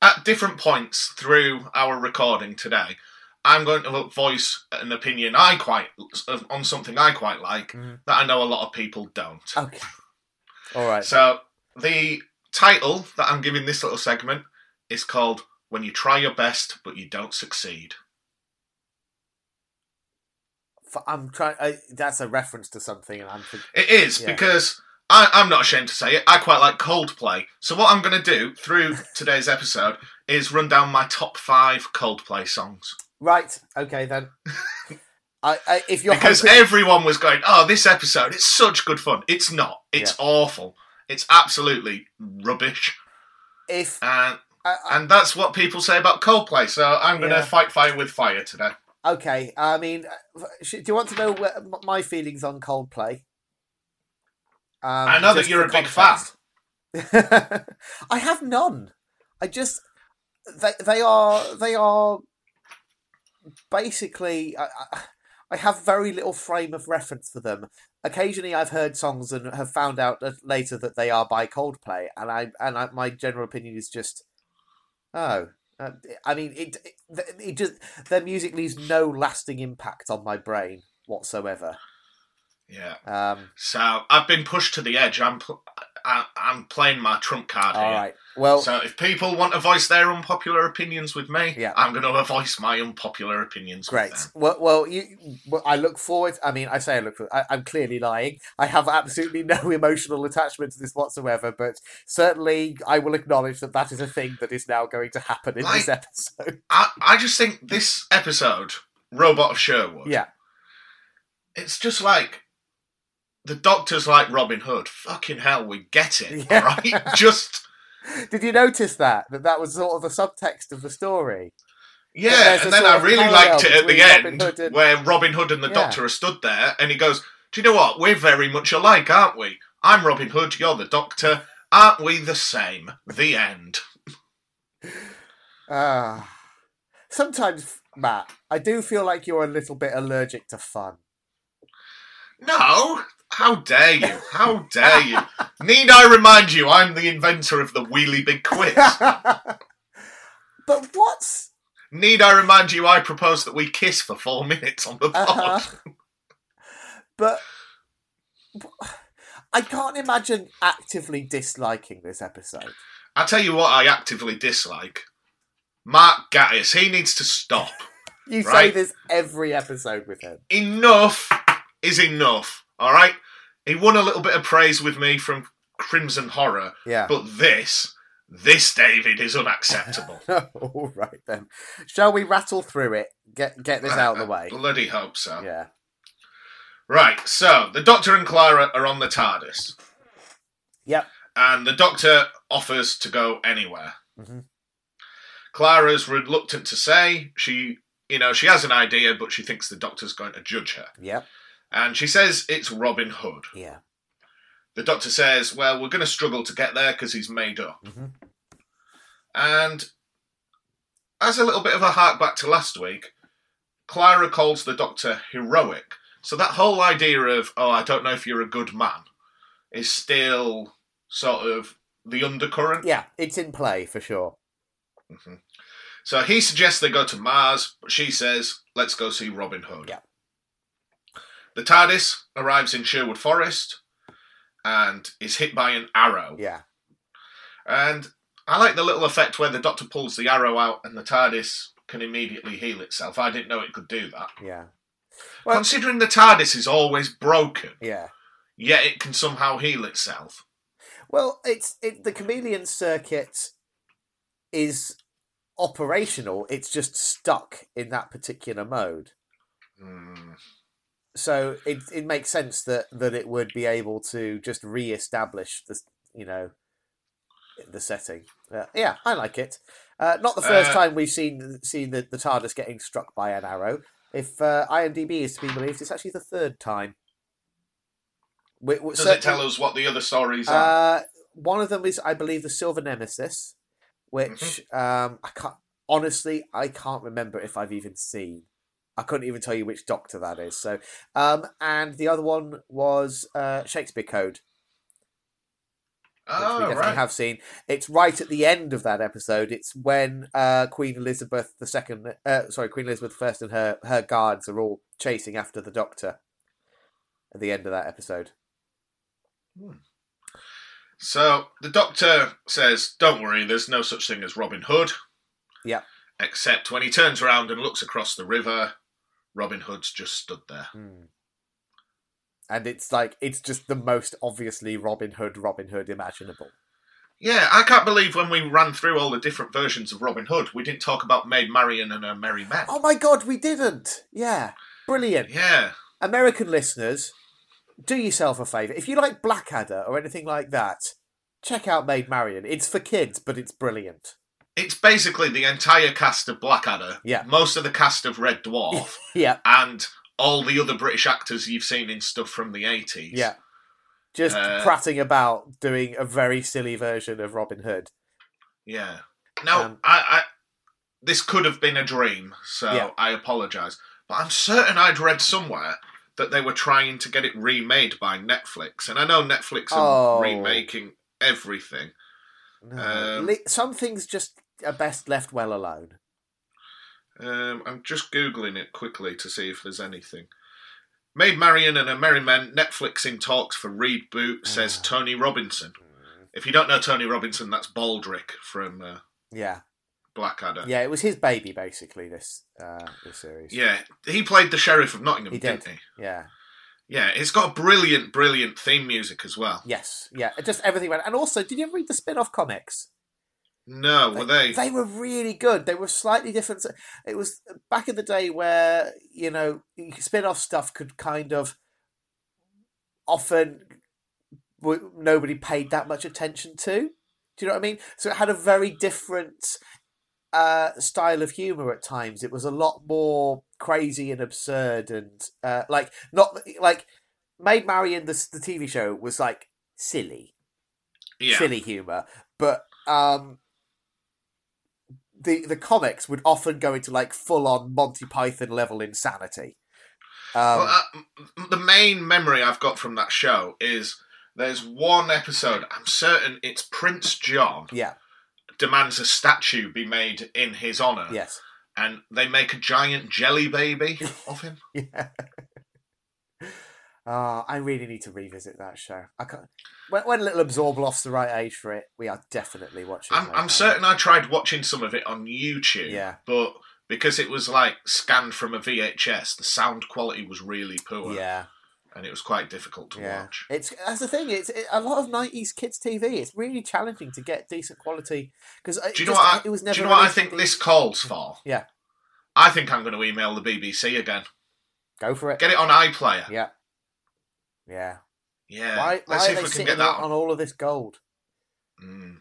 S2: at different points through our recording today, I'm going to voice an opinion I quite on something I quite like
S1: Mhm.
S2: that I know a lot of people don't.
S1: okay. All right.
S2: So, the title that I'm giving this little segment is called When You Try Your Best But You Don't Succeed.
S1: F- I'm trying. I, that's a reference to something, and I'm. Think-
S2: It is
S1: Yeah.
S2: because I, I'm not ashamed to say it. I quite like Coldplay. So what I'm going to do through today's episode is run down my top five Coldplay songs
S1: right. Okay then. I, I if you're
S2: because
S1: hoping-
S2: everyone was going, "Oh, this episode, it's such good fun." It's not. It's awful. It's absolutely rubbish,
S1: if
S2: and
S1: I,
S2: and that's what people say about Coldplay. So I'm going to
S1: Yeah.
S2: fight fire with fire today.
S1: I, okay. I mean, uh, sh- do you want to know where, m- my feelings on Coldplay? Um,
S2: I know that
S1: just
S2: you're
S1: for
S2: a big
S1: context. I have none. I just they they are they are basically I, I- I have very little frame of reference for them. Occasionally, I've heard songs and have found out that- later that they are by Coldplay, and I and I, my general opinion is just oh. uh, I mean, it, it it just their music leaves no lasting impact on my brain whatsoever.
S2: Yeah.
S1: Um,
S2: So I've been pushed to the edge. I'm pl- I, I'm playing my trump card
S1: all
S2: here.
S1: right, well,
S2: So if people want to voice their unpopular opinions with me,
S1: Yeah.
S2: I'm going to voice my unpopular opinions.
S1: Great.
S2: With them.
S1: Well, well, you. Well, I look forward. I mean, I say I look. For, I, I'm clearly lying. I have absolutely no emotional attachment to this whatsoever. But certainly, I will acknowledge that that is a thing that is now going to happen in this episode.
S2: I, I just think this episode, Robot of Sherwood,
S1: Yeah.
S2: it's just like the Doctor's like Robin Hood. Fucking hell, we get it,
S1: Yeah.
S2: right? Just
S1: Did you notice that? That that was sort of the subtext of the story.
S2: yeah.
S1: there's a
S2: And then
S1: sort
S2: I
S1: of
S2: really
S1: parallel
S2: liked it at the
S1: between Robin
S2: end
S1: Hood and-
S2: where Robin Hood and the
S1: Yeah.
S2: Doctor are stood there, and he goes, "Do you know what? We're very much alike, aren't we? I'm Robin Hood. You're the Doctor." Aren't we the same? The end.
S1: Ah. sometimes, Matt, I do feel like you're a little bit allergic to fun.
S2: No! How dare you? How dare you? Need I remind you, I'm the inventor of the wheelie big quiz.
S1: but what's
S2: Need I remind you, I propose that we kiss for four minutes on the pod.
S1: Uh-huh. but I can't imagine actively disliking this episode.
S2: I tell you what, I actively dislike Mark Gattis. He needs to stop.
S1: You say
S2: Right.
S1: this every episode with him.
S2: enough is enough. All right. He won a little bit of praise with me from Crimson Horror,
S1: Yeah.
S2: but this, this David is unacceptable.
S1: All right then. Shall we rattle through it? Get get this out of the
S2: I- I
S1: way.
S2: Bloody hope so.
S1: Yeah.
S2: Right, so the Doctor and Clara are on the TARDIS.
S1: Yep.
S2: And the Doctor offers to go anywhere.
S1: Mhm.
S2: Clara's reluctant to say. She, you know, she has an idea, but she thinks the Doctor's going to judge her.
S1: Yep.
S2: And she says it's Robin Hood.
S1: Yeah.
S2: The Doctor says, well, we're going to struggle to get there because he's made up.
S1: Mhm.
S2: And as a little bit of a hark back to last week, Clara calls the Doctor heroic. So that whole idea of, oh, I don't know if you're a good man, is still sort of the undercurrent.
S1: Yeah. It's in play for sure.
S2: So he suggests they go to Mars, but she says, let's go see Robin Hood.
S1: Yeah.
S2: The TARDIS arrives in Sherwood Forest and is hit by an arrow.
S1: Yeah.
S2: And I like the little effect where the Doctor pulls the arrow out and the TARDIS can immediately heal itself. I didn't know it could do that.
S1: Yeah. Well-
S2: Considering the TARDIS is always broken,
S1: Yeah.
S2: yet it can somehow heal itself.
S1: Well, it's it, the chameleon circuit is operational. It's just stuck in that particular mode.
S2: Hmm.
S1: So it it makes sense that that it would be able to just re-establish the s- you know the setting. Uh, yeah, I like it. Uh, not the first
S2: Uh,
S1: time we've seen seen the, the TARDIS getting struck by an arrow. If uh, IMDb is to be believed, it's actually the third time. We, we,
S2: Does
S1: certainly-
S2: it tell us what the other stories are?
S1: uh, one of them is, I believe, the Silver Nemesis, which
S2: Mm-hmm.
S1: um, I can't honestly, I can't remember if I've even seen. I couldn't even tell you which Doctor that is. So, um, and the other one was uh, Shakespeare Code, which we
S2: oh,
S1: definitely
S2: right.
S1: have seen. It's right at the end of that episode. It's when uh, Queen Elizabeth II, uh, sorry, Queen Elizabeth I and her her guards are all chasing after the Doctor. At the end of that episode,
S2: So the Doctor says, don't worry, there's no such thing as Robin Hood.
S1: Yep.
S2: Except when he turns around and looks across the river, Robin Hood's just stood there.
S1: Mm. And it's like it's just the most obviously Robin Hood, Robin Hood imaginable.
S2: Yeah, I can't believe when we ran through all the different versions of Robin Hood, we didn't talk about Maid Marian and her merry men.
S1: Oh my god, we didn't! Yeah, brilliant.
S2: Yeah,
S1: American listeners, do yourself a favour. If you like Blackadder or anything like that, check out Maid Marian. It's for kids, but it's brilliant.
S2: it's basically the entire cast of Blackadder,
S1: Yeah.
S2: most of the cast of Red Dwarf,
S1: Yeah,
S2: and all the other British actors you've seen in stuff from the 80s.
S1: yeah. Just
S2: Uh,
S1: prattling about doing a very silly version of Robin Hood.
S2: Yeah. Now,
S1: Um,
S2: I, I this could have been a dream, so
S1: Yeah.
S2: I apologise. But I'm certain I'd read somewhere that they were trying to get it remade by Netflix, and I know Netflix are
S1: Oh.
S2: remaking everything.
S1: No.
S2: Um,
S1: Li- Some things just are best left well alone.
S2: Um, I'm just googling it quickly to see if there's anything. Maid Marian and her Merry Men, Netflix in talks for reboot, says
S1: Ah.
S2: Tony Robinson. If you don't know Tony Robinson, that's Baldric from uh,
S1: Yeah.
S2: Blackadder.
S1: Yeah, it was his baby basically. This uh, this series.
S2: Yeah, he played the Sheriff of Nottingham,
S1: He
S2: did.
S1: did.
S2: not he?
S1: Yeah.
S2: Yeah, it's got a brilliant, brilliant theme music as well.
S1: Yes. Yeah. it Just everything went. And also, did you ever read the spin-off comics?
S2: No, were they?
S1: They were really good. They were slightly different. It was back in the day where you know spin-off stuff could kind of often w- nobody paid that much attention to. Do you know what I mean? So it had a very different uh, style of humor at times. It was a lot more crazy and absurd, and uh, like not like Maid Marian, the, s- the TV show, was like silly
S2: yeah.
S1: silly humor, but um, the the comics would often go into like full on Monty Python level insanity. Um,
S2: Well, uh, m- m- the main memory I've got from that show is there's one episode. I'm certain it's Prince John
S1: yeah,
S2: demands a statue be made in his honour.
S1: yes,
S2: and they make a giant jelly baby of him.
S1: Yeah. Uh, I really need to revisit that show. I can't. When, when Little Absorbloff's the right age for it, we are definitely watching.
S2: I'm,
S1: that now.
S2: I'm certain I tried watching some of it on YouTube,
S1: Yeah.
S2: but because it was like scanned from a VHS, the sound quality was really poor,
S1: Yeah,
S2: and it was quite difficult to
S1: yeah.
S2: watch.
S1: It's that's the thing. It's it, a lot of '90s kids TV. It's really challenging to get decent quality because
S2: Do you know what? I,
S1: it was never.
S2: do you know what I
S1: released
S2: think
S1: in-
S2: this calls for?
S1: Yeah.
S2: I think I'm going to email the BBC again.
S1: Go for it.
S2: Get it on iPlayer.
S1: Yeah, yeah.
S2: Yeah.
S1: Why,
S2: Let's
S1: why
S2: see
S1: are
S2: if
S1: they
S2: we can
S1: sitting
S2: get that
S1: on,
S2: on.
S1: on all of this gold?
S2: Mm.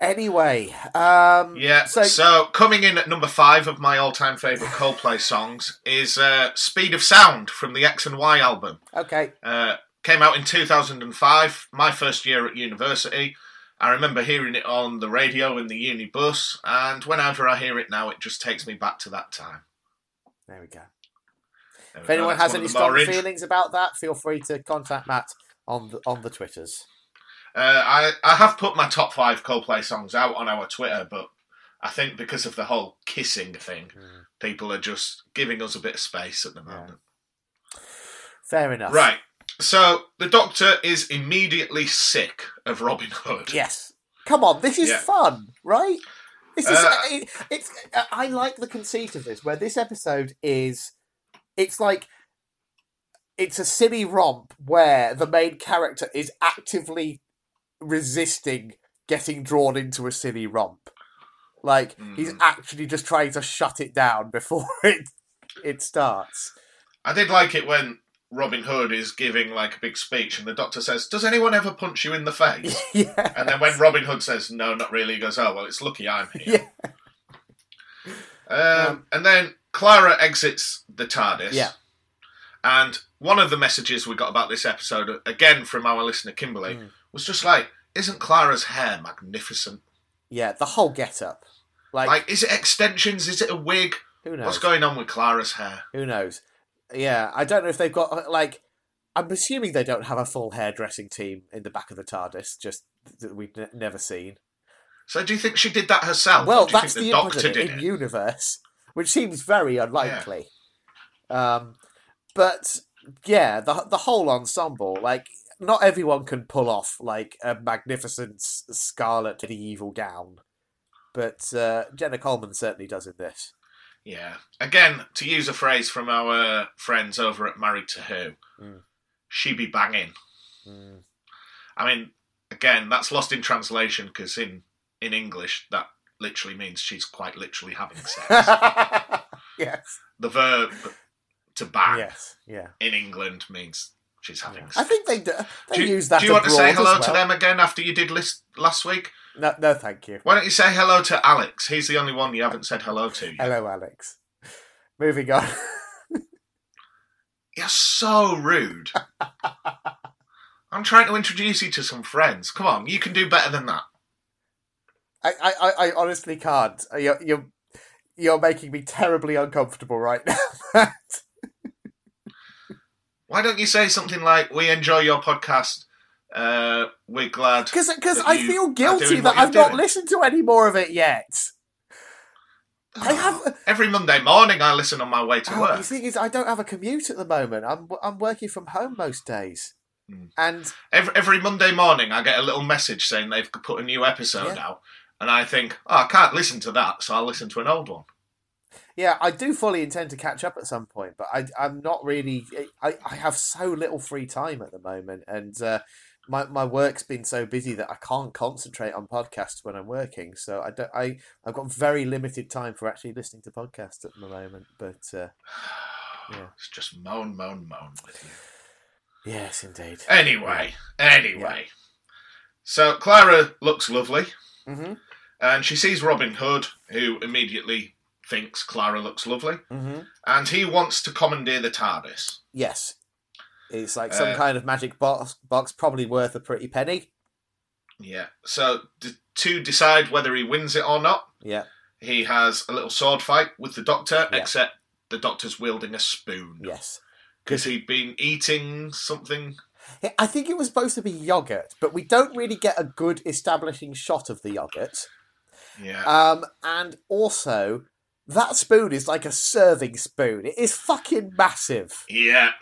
S1: Anyway, um,
S2: Yeah.
S1: So,
S2: So, coming in at number five of my all-time favorite Coldplay songs is uh, "Speed of Sound" from the X and Y album.
S1: okay,
S2: Uh, came out in 2005, my first year at university. I remember hearing it on the radio in the uni bus, and whenever I hear it now, it just takes me back to that time.
S1: there we go.
S2: There we
S1: If
S2: go,
S1: anyone
S2: that's
S1: has
S2: one of
S1: any
S2: the more
S1: strong
S2: int-
S1: feelings about that, feel free to contact Matt on the on the twitters.
S2: Uh, I, I have put my top five Coldplay songs out on our Twitter, but I think because of the whole kissing thing, people are just giving us a bit of space at the moment.
S1: Fair enough.
S2: Right. So the doctor is immediately sick of Robin Hood.
S1: Yes. Come on, this is
S2: Yeah.
S1: fun, right? This is.
S2: Uh,
S1: it, it's. uh, I like the conceit of this, where this episode is. It's like. It's a silly romp where the main character is actively resisting getting drawn into a silly romp. Like he's
S2: Mm.
S1: actually just trying to shut it down before it it starts.
S2: I did like it when Robin Hood is giving like a big speech and the doctor says, Does anyone ever punch you in the face?
S1: yeah.
S2: and then when Robin Hood says, No, not really, he goes, Oh, well, it's lucky I'm here. Um,
S1: Um,
S2: and then Clara exits the TARDIS.
S1: Yeah.
S2: And one of the messages we got about this episode, again from our listener Kimberly,
S1: Mm.
S2: was just like, Isn't Clara's hair magnificent?
S1: Yeah, the whole get up. Like,
S2: Like, is it extensions? Is it a wig?
S1: who knows?
S2: What's going on with Clara's hair?
S1: Who knows? Yeah, I don't know if they've got uh, like. I'm assuming they don't have a full hairdressing team in the back of the TARDIS, just that we've n- never seen.
S2: So do you think she did that herself?
S1: well,
S2: or Oh, do you
S1: that's
S2: think
S1: the
S2: the
S1: input of
S2: doctor
S1: it
S2: did
S1: in
S2: it?
S1: universe, which seems very unlikely. Um, but yeah, the the whole ensemble, like not everyone can pull off like a magnificent s- scarlet medieval gown, but uh, Jenna Coleman certainly does in this.
S2: Yeah. Again, to use a phrase from our friends over at Married to Who,
S1: Mm.
S2: she be banging.
S1: Mm.
S2: I mean, again, that's lost in translation because in, in English, that literally means she's quite literally having sex.
S1: yes,
S2: the verb to bang
S1: yes, yeah.
S2: in England means she's having
S1: I
S2: sex.
S1: think they do, they
S2: do you,
S1: use that.
S2: do you want to say
S1: abroad
S2: hello
S1: as
S2: to
S1: well.
S2: them again after you did list, last week?
S1: No, no, thank you.
S2: Why don't you say hello to Alex? He's the only one you haven't said hello to. yet.
S1: Hello, Alex. Moving on.
S2: You're so rude. I'm trying to introduce you to some friends. Come on, you can do better than that.
S1: I, I, I- I honestly can't. You're, you're, you're making me terribly uncomfortable right now.
S2: Why don't you say something like, "We enjoy your podcast. Uh, we're glad."
S1: Because
S2: That
S1: I
S2: you
S1: feel
S2: are
S1: guilty
S2: doing
S1: that
S2: what you're
S1: I've not
S2: doing.
S1: listened to any more of it yet.
S2: Oh,
S1: I have.
S2: Every Monday morning, I listen on my way to
S1: Oh, the
S2: work.
S1: thing is, I don't have a commute at the moment. I'm I'm working from home most days,
S2: Mm.
S1: and
S2: Every, every Monday morning, I get a little message saying they've put a new episode
S1: Yeah.
S2: out, and I think, "Oh, I can't listen to that, so I'll listen to an old one."
S1: Yeah, I do fully intend to catch up at some point, but I, I'm not really. I, I have so little free time at the moment, and uh, my my work's been so busy that I can't concentrate on podcasts when I'm working. So I don't. I I've got very limited time for actually listening to podcasts at the moment. But uh, Yeah.
S2: It's just moan, moan, moan with you.
S1: yes, indeed.
S2: Anyway, anyway. So Clara looks lovely.
S1: hmm
S2: And she sees Robin Hood, who immediately thinks Clara looks lovely,
S1: hmm
S2: and he wants to commandeer the TARDIS.
S1: Yes, it's like some
S2: Uh,
S1: kind of magic box. Box probably worth a pretty penny.
S2: Yeah. So d- to decide whether he wins it or not,
S1: Yeah.
S2: he has a little sword fight with the Doctor,
S1: Yeah.
S2: except the Doctor's wielding a spoon
S1: Yes.
S2: because he'd been eating something.
S1: I think it was supposed to be yogurt, but we don't really get a good establishing shot of the yogurt.
S2: Yeah.
S1: Um, and also, That spoon is like a serving spoon. It is fucking massive.
S2: Yeah,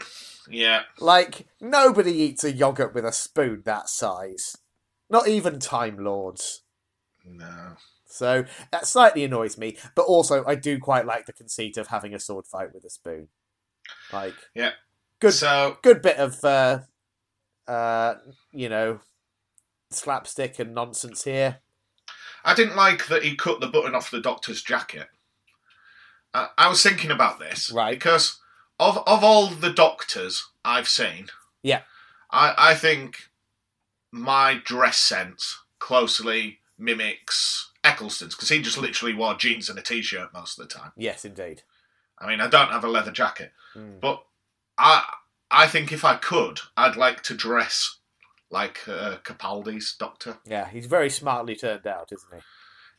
S2: yeah.
S1: Like, nobody eats a yogurt with a spoon that size. Not even Time Lords.
S2: No.
S1: So that slightly annoys me, but also I do quite like the conceit of having a sword fight with a spoon. Like,
S2: Yeah.
S1: good,
S2: So
S1: good bit of, uh, uh, you know, slapstick and nonsense here.
S2: I didn't like that he cut the button off the doctor's jacket. Uh, I was thinking about this
S1: Right.
S2: because of of all the doctors I've seen,
S1: Yeah.
S2: I I think my dress sense closely mimics Eccleston's because he just literally wore jeans and a t-shirt most of the time.
S1: Yes, indeed.
S2: I mean, I don't have a leather jacket,
S1: Mm.
S2: but I I think if I could, I'd like to dress like uh, Capaldi's doctor.
S1: Yeah, he's very smartly turned out, isn't he?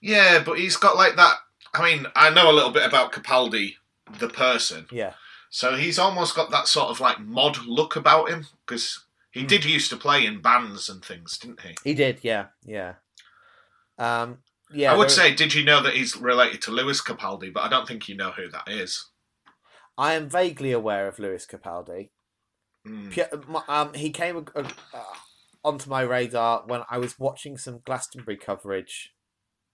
S2: Yeah, but he's got like that. I mean, I know a little bit about Capaldi, the person.
S1: Yeah.
S2: So he's almost got that sort of like mod look about him because
S1: Hmm.
S2: he did used to play in bands and things, didn't he?
S1: He did, yeah, yeah. Um, yeah,
S2: I would
S1: there-
S2: say, did you know that he's related to Lewis Capaldi? But I don't think you know who that is.
S1: I am vaguely aware of Lewis Capaldi.
S2: Mm.
S1: Pu- my- Um, he came ac- ac- uh, onto my radar when I was watching some Glastonbury coverage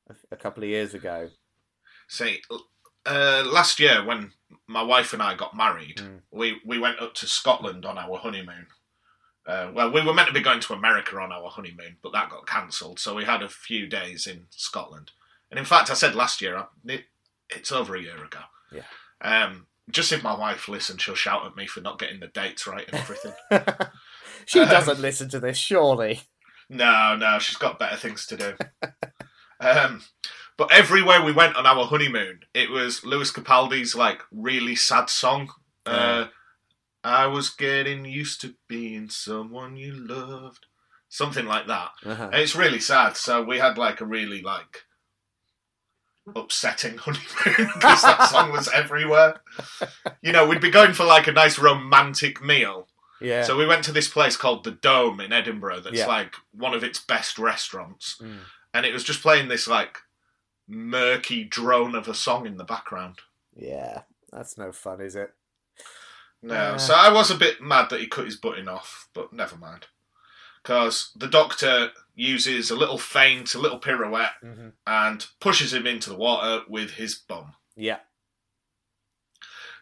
S1: a, a couple of years ago.
S2: See, uh, last year when my wife and I got married,
S1: Mm.
S2: we, we went up to Scotland on our honeymoon. Uh, well, we were meant to be going to America on our honeymoon, but that got cancelled. So we had a few days in Scotland. And in fact, I said last year, I- it, it's over a year ago.
S1: Yeah.
S2: Um, just if my wife listens, she'll shout at me for not getting the dates right and everything.
S1: she
S2: Um,
S1: doesn't listen to this, surely.
S2: No, no, she's got better things to do. um, but everywhere we went on our honeymoon, it was Lewis Capaldi's like really sad song. Uh, I was getting used to being someone you loved, something like that.
S1: Uh-huh.
S2: And it's really sad. So we had like a really like upsetting honeymoon because that song was everywhere. You know, we'd be going for like a nice romantic meal.
S1: Yeah.
S2: So we went to this place called the Dome in Edinburgh. That's
S1: Yeah.
S2: like one of its best restaurants,
S1: Mm.
S2: and it was just playing this like murky drone of a song in the background.
S1: Yeah, that's no fun, is it?
S2: No,
S1: Yeah.
S2: so I was a bit mad that he cut his button off, but never mind, because the Doctor uses a little feint, a little pirouette,
S1: Mm-hmm.
S2: and pushes him into the water with his bum.
S1: Yeah.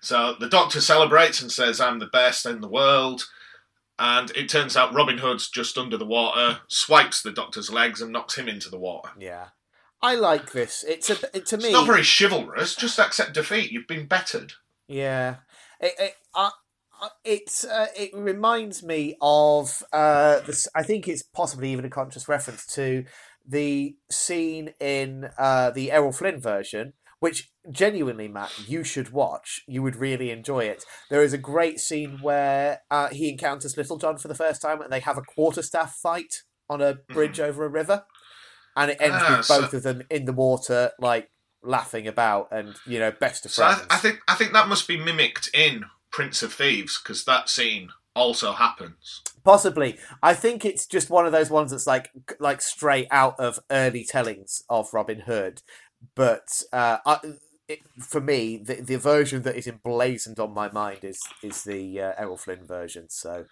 S2: So the Doctor celebrates and says, "I'm the best in the world." And it turns out Robin Hood's just under the water, swipes the Doctor's legs, and knocks him into the water.
S1: Yeah. I like this. It's a it, to me.
S2: It's not very chivalrous. Just accept defeat. You've been bettered.
S1: Yeah, it it, uh, uh, it's uh, it reminds me of uh, this. I think it's possibly even a conscious reference to the scene in uh, the Errol Flynn version, which genuinely, Matt, you should watch. You would really enjoy it. There is a great scene where uh, he encounters Little John for the first time, and they have a quarterstaff fight on a bridge over a river, and it ends
S2: Mm-hmm. Ah,
S1: with
S2: so-
S1: both of them in the water, like laughing about, and you know, best of
S2: So I,
S1: friends.
S2: th- I think I think that must be mimicked in Prince of Thieves because that scene also happens.
S1: Possibly. I think it's just one of those ones that's like like straight out of early tellings of Robin Hood. But uh, I, it, for me, the, the version that is emblazoned on my mind is is the uh, Errol Flynn version. So,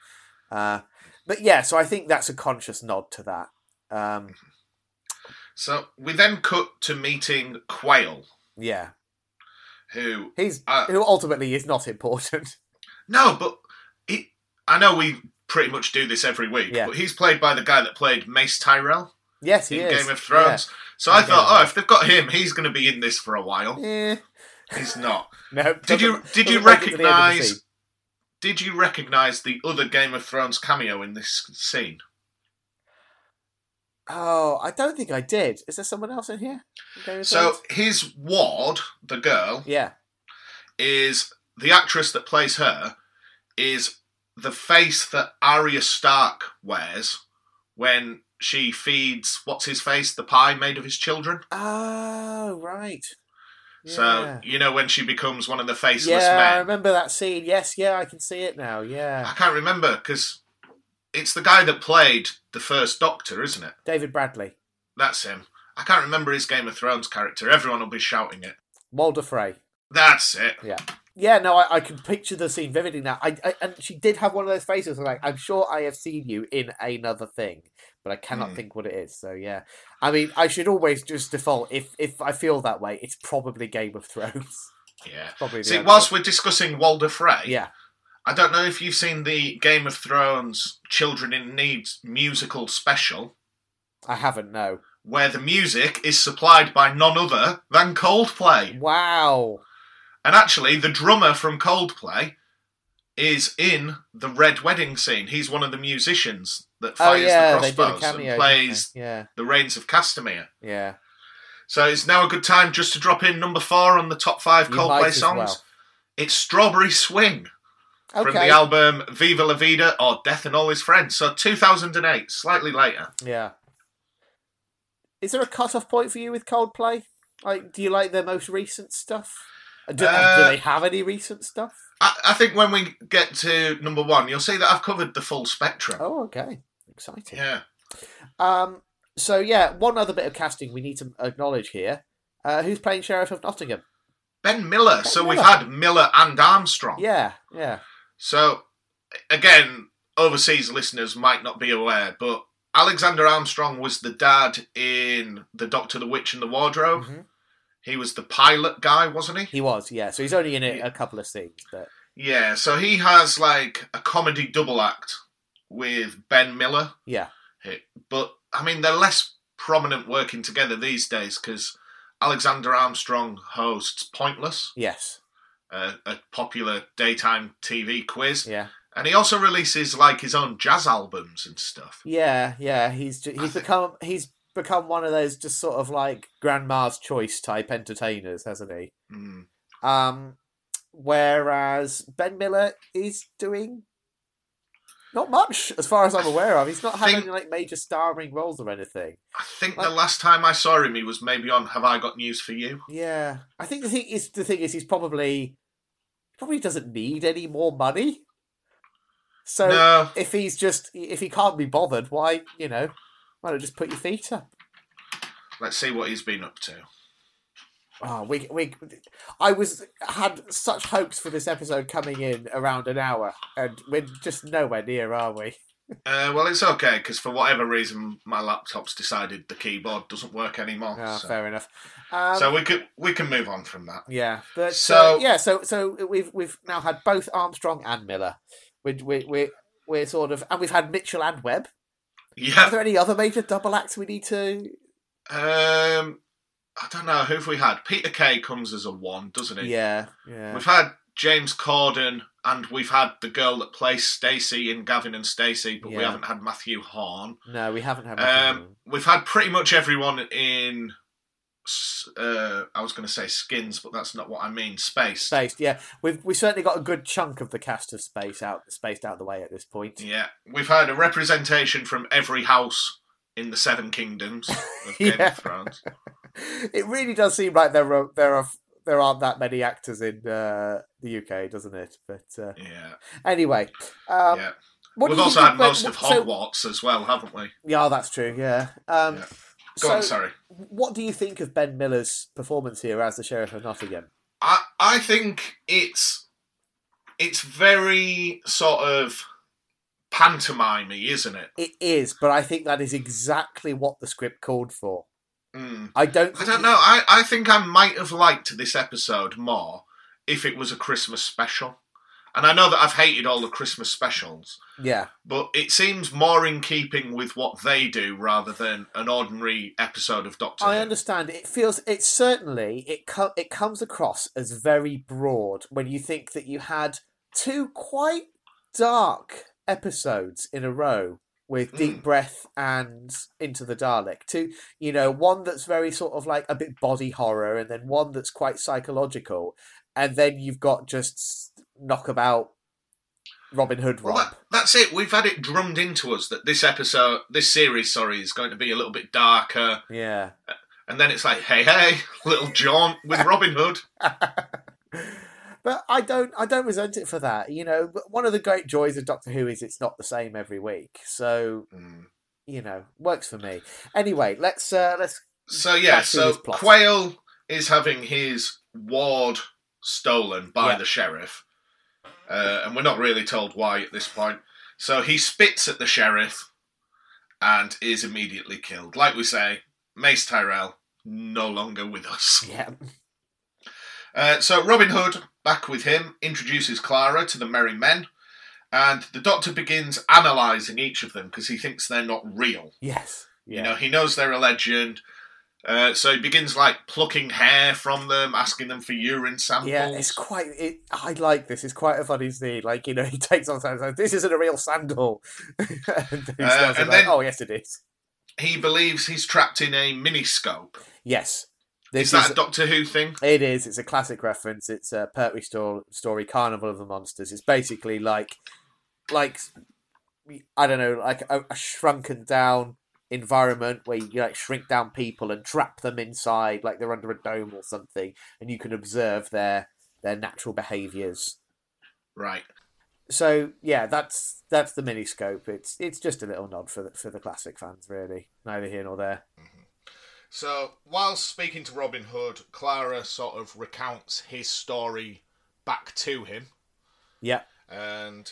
S1: uh, but yeah, so I think that's a conscious nod to that. Um,
S2: So we then cut to meeting Quail,
S1: yeah,
S2: who
S1: he's
S2: Uh,
S1: who ultimately is not important.
S2: no, but he, I know we pretty much do this every week.
S1: Yeah.
S2: But he's played by the guy that played Mace Tyrell
S1: yes, he
S2: in
S1: is.
S2: Game of Thrones. So I
S1: In Game
S2: thought,
S1: of
S2: oh,
S1: Thrones.
S2: if they've got him, he's going to be in this for a while.
S1: Yeah. Eh,
S2: He's not.
S1: no.
S2: Did you
S1: doesn't-
S2: did you
S1: doesn't make it to the end of the
S2: recognize
S1: scene.
S2: did you recognize the other Game of Thrones cameo in this scene?
S1: Oh, I don't think I did. Is there someone else in here? in Game of
S2: So
S1: Thrones?
S2: his ward, the girl,
S1: yeah.
S2: is the actress that plays her is the face that Arya Stark wears when she feeds what's his face the pie made of his children.
S1: Oh, right.
S2: So you know when she becomes one of the faceless
S1: yeah, I
S2: men. Ah.
S1: remember that scene. Yes, yeah, I can see it now.
S2: I
S1: Yeah,
S2: can't remember because it's the guy that played the first Doctor, isn't it?
S1: David Bradley.
S2: That's him. I can't remember his Game of Thrones character. Everyone will be shouting it.
S1: Walder Frey.
S2: That's it.
S1: Yeah, no, I, I can picture the scene vividly now. I, I and she did have one of those faces. I'm like, I'm sure I have seen you in another thing, but I cannot
S2: Hmm.
S1: think what it is. So yeah, I mean, I should always just default if if I feel that way. It's probably Game of Thrones.
S2: Yeah.
S1: probably. the
S2: See,
S1: answer.
S2: whilst we're discussing Walder Frey,
S1: yeah,
S2: I don't know if you've seen the Game of Thrones Children in Need musical special,
S1: I haven't. No.
S2: where the music is supplied by none other than Coldplay.
S1: Wow. Oh,
S2: And actually, the drummer from Coldplay is in the Red Wedding scene. He's one of the musicians that
S1: Oh
S2: fires
S1: yeah,
S2: the
S1: they did a
S2: crossbows
S1: cameo.
S2: and
S1: didn't they?
S2: plays
S1: Yeah,
S2: the Reigns of Castamere.
S1: yeah.
S2: So it's now a good time just to drop in number four on the top five
S1: You might
S2: Coldplay
S1: as
S2: songs.
S1: well.
S2: It's Strawberry Swing from
S1: Okay.
S2: the album Viva La Vida or Death and All His Friends. So 2008, slightly later.
S1: yeah. Is there a cut-off point for you with Coldplay? Like, do you like their most recent stuff? Do, do
S2: Uh,
S1: they have any recent stuff?
S2: I, I think when we get to number one, you'll see that I've covered the full spectrum.
S1: Oh, okay. Exciting.
S2: Yeah.
S1: Um, so yeah, one other bit of casting we need to acknowledge here. Uh, who's playing Sheriff of Nottingham?
S2: Ben Miller.
S1: Ben
S2: so we've
S1: Miller.
S2: had Miller and Armstrong.
S1: Yeah, yeah,
S2: So, again, overseas listeners might not be aware, but Alexander Armstrong was the dad in The Doctor, the Witch, and the Wardrobe.
S1: Mhm.
S2: He was the pilot guy, wasn't he?
S1: he was. Yeah, so he's only in it a couple of scenes, but
S2: Yeah, so he has like a comedy double act with Ben Miller.
S1: yeah,
S2: But, I mean, they're less prominent working together these days because Alexander Armstrong hosts Pointless,
S1: yes,
S2: a, a popular daytime TV quiz.
S1: yeah,
S2: And he also releases like his own jazz albums and stuff.
S1: yeah, yeah. He's ju-
S2: I
S1: he's
S2: think-
S1: become he's become one of those just sort of like grandma's choice type entertainers, hasn't he?
S2: Mm.
S1: Um, whereas Ben Miller is doing not much, as far as I'm aware of. He's not had
S2: Think-
S1: any like major starring roles or anything.
S2: I think
S1: Uh,
S2: the last time I saw him, he was maybe on "Have I Got News for You."
S1: Yeah, I think the thing is the thing is he's probably probably doesn't need any more money. So
S2: no,
S1: if he's just if he can't be bothered, why you know why not just put your feet up?
S2: let's see what he's been up to.
S1: Oh, we we I was had such hopes for this episode coming in around an hour, and we're just nowhere near, are we?
S2: Uh, well, it's okay because for whatever reason, my laptop's decided the keyboard doesn't work anymore.
S1: Ah,
S2: Oh, so.
S1: fair enough. Um,
S2: so we could we can move on from that.
S1: Yeah, but so
S2: So-
S1: yeah, so so we've we've now had both Armstrong and Miller. We're we we're, we're sort of and we've had Mitchell and Webb. Are
S2: Yeah.
S1: there any other major double acts we need to?
S2: Um, I don't know who've we had. Peter Kay comes as a one, doesn't he?
S1: Yeah, yeah,
S2: We've had James Corden, and we've had the girl that plays Stacy in Gavin and Stacey, but we
S1: Yeah.
S2: haven't had Matthew Horn.
S1: no, we haven't had. much of
S2: Um, we've had pretty much everyone in. s- Uh, I was going to say skins, but that's not what I mean. Space.
S1: Space, yeah, we've we certainly got a good chunk of the cast of Space out spaced out of the way at this point.
S2: Yeah, we've had a representation from every house in the Seven Kingdoms of Game
S1: Yeah.
S2: of Thrones.
S1: It really does seem like there are there are there aren't that many actors in uh, the UK, doesn't it? But uh,
S2: Yeah,
S1: anyway, um,
S2: yeah.
S1: what do
S2: we've
S1: you
S2: also
S1: think
S2: had
S1: about-
S2: most of
S1: so-
S2: Hogwarts as well, haven't we?
S1: Yeah, that's true. Yeah. Um,
S2: Yeah. Go
S1: so,
S2: on, sorry.
S1: what do you think of Ben Miller's performance here as the sheriff of Nottingham?
S2: I I think it's it's very sort of pantomimey, isn't it?
S1: It is, but I think that is exactly what the script called for.
S2: Mm.
S1: I don't.
S2: I
S1: think
S2: don't know. I, I think I might have liked this episode more if it was a Christmas special. And I know that I've hated all the Christmas specials,
S1: Yeah,
S2: but it seems more in keeping with what they do rather than an ordinary episode of Doctor
S1: I
S2: Who.
S1: understand. It feels it certainly it co- it comes across as very broad when you think that you had two quite dark episodes in a row with deep
S2: Mm.
S1: breath and into the dalek two you know one that's very sort of like a bit body horror and then one that's quite psychological and then you've got just s- knockabout robin hood
S2: Well,
S1: romp
S2: that, that's it. We've had it drummed into us that this episode, this series, sorry, is going to be a little bit darker.
S1: yeah
S2: And then it's like, hey, hey, little John with Robin Hood.
S1: but I don't I don't resent it for that. You know, But one of the great joys of Doctor Who is it's not the same every week. So,
S2: Mm.
S1: you know, works for me. Anyway, let's uh let's
S2: So yeah,
S1: Back to
S2: so
S1: this plot.
S2: Quail is having his ward stolen by
S1: Yeah.
S2: the sheriff, uh, and we're not really told why at this point. So he spits at the sheriff and is immediately killed. Like we say, Mace Tyrell no longer with us.
S1: Yeah.
S2: Uh, so Robin Hood, back with him, introduces Clara to the Merry Men, and the Doctor begins analysing each of them because he thinks they're not real.
S1: Yes.
S2: You know, he knows they're a legend. Uh, so he begins like plucking hair from them, asking them for urine samples.
S1: Yeah, it's quite. It, I like this. It's quite a funny scene. Like you know, he takes on sandals. This isn't a real sandal. and he smells it
S2: Uh, and
S1: like,
S2: then-
S1: oh yes, it is.
S2: he believes he's trapped in a miniscope.
S1: Yes, this
S2: Is that a Doctor Who thing?
S1: It is. It's a classic reference. It's a Pertwee Sto- story, Carnival of the Monsters. It's basically like, like, I don't know, like a, a shrunken down environment where you like shrink down people and trap them inside, like they're under a dome or something, and you can observe their their natural behaviours.
S2: Right.
S1: So yeah, that's that's the mini scope. It's it's just a little nod for the, for the classic fans, really. Neither here nor there.
S2: So, whilst speaking to Robin Hood, Clara sort of recounts his story back to him
S1: Yeah,
S2: and,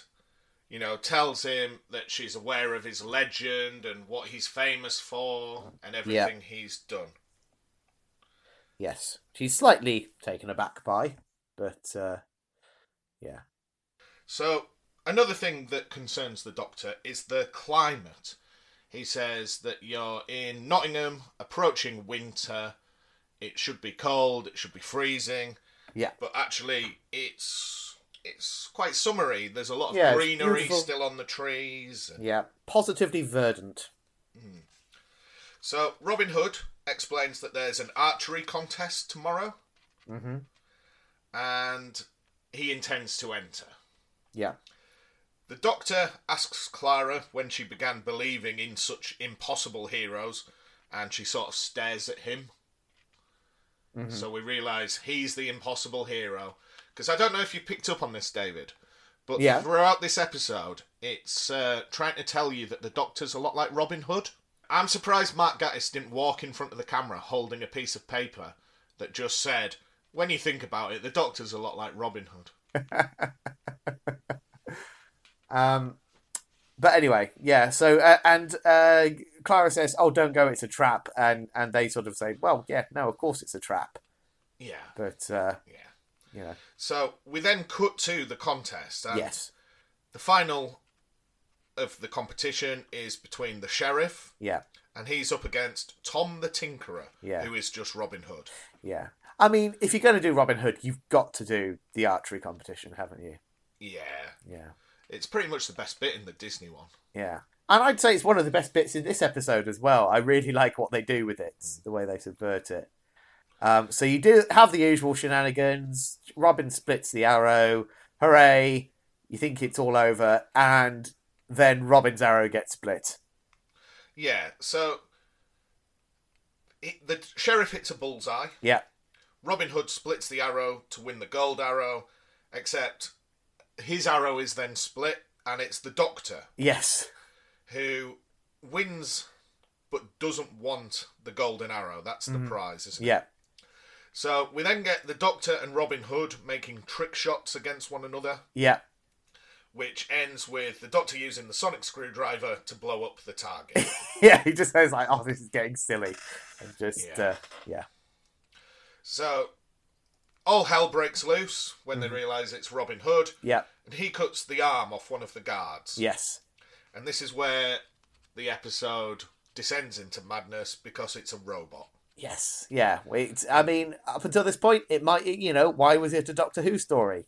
S2: you know, tells him that she's aware of his legend and what he's famous for and everything he's done.
S1: yes, she's slightly taken aback by, but uh, yeah.
S2: So, another thing that concerns the doctor is the climate. He says that you're in Nottingham, approaching winter. It should be cold, it should be freezing.
S1: Yeah.
S2: But actually, it's it's quite summery. There's a lot of
S1: Yeah, it's
S2: greenery
S1: beautiful.
S2: still on the trees.
S1: Yeah, positively verdant.
S2: So, Robin Hood explains that there's an archery contest tomorrow
S1: Mm-hmm.
S2: and he intends to enter.
S1: Yeah,
S2: The doctor asks Clara when she began believing in such impossible heroes, and she sort of stares at him. So we realise he's the impossible hero. Because I don't know if you picked up on this, David, but
S1: Yeah.
S2: throughout this episode, it's uh, trying to tell you that the doctor's a lot like Robin Hood. I'm surprised Mark Gatiss didn't walk in front of the camera holding a piece of paper that just said, when you think about it, the doctor's a lot like Robin Hood.
S1: um, but anyway, yeah. So uh, and uh, Clara says, "Oh, don't go. It's a trap." And and they sort of say, "Well, yeah, no, of course it's a trap."
S2: Yeah,
S1: But uh,
S2: yeah.
S1: you know,
S2: So we then cut to the contest. And
S1: yes,
S2: The final of the competition is between the sheriff
S1: yeah.
S2: and he's up against Tom the Tinkerer,
S1: Yeah.
S2: who is just Robin Hood.
S1: Yeah. I mean, if you're going to do Robin Hood, you've got to do the archery competition, haven't you?
S2: Yeah.
S1: Yeah.
S2: It's pretty much the best bit in the Disney one.
S1: Yeah. And I'd say it's one of the best bits in this episode as well. I really like what they do with it, the way they subvert it. Um, so you do have the usual shenanigans. Robin splits the arrow. Hooray. You think it's all over. And then Robin's arrow gets split.
S2: Yeah, so it, the sheriff hits a bullseye.
S1: Yeah.
S2: Robin Hood splits the arrow to win the gold arrow, except his arrow is then split and it's the doctor
S1: Yes.
S2: who wins but doesn't want the golden arrow. That's the prize, isn't it?
S1: Yeah.
S2: So we then get the Doctor and Robin Hood making trick shots against one another,
S1: Yeah.
S2: which ends with the Doctor using the sonic screwdriver to blow up the target.
S1: Yeah. He just says, like, oh, this is getting silly. And just,
S2: Yeah.
S1: uh, yeah.
S2: so all hell breaks loose when they realise it's Robin Hood,
S1: Yeah.
S2: and he cuts the arm off one of the guards.
S1: Yes.
S2: And this is where the episode descends into madness because it's a robot.
S1: Yes. Yeah. It's, I mean, up until this point, it might, you know, why was it a Doctor Who story?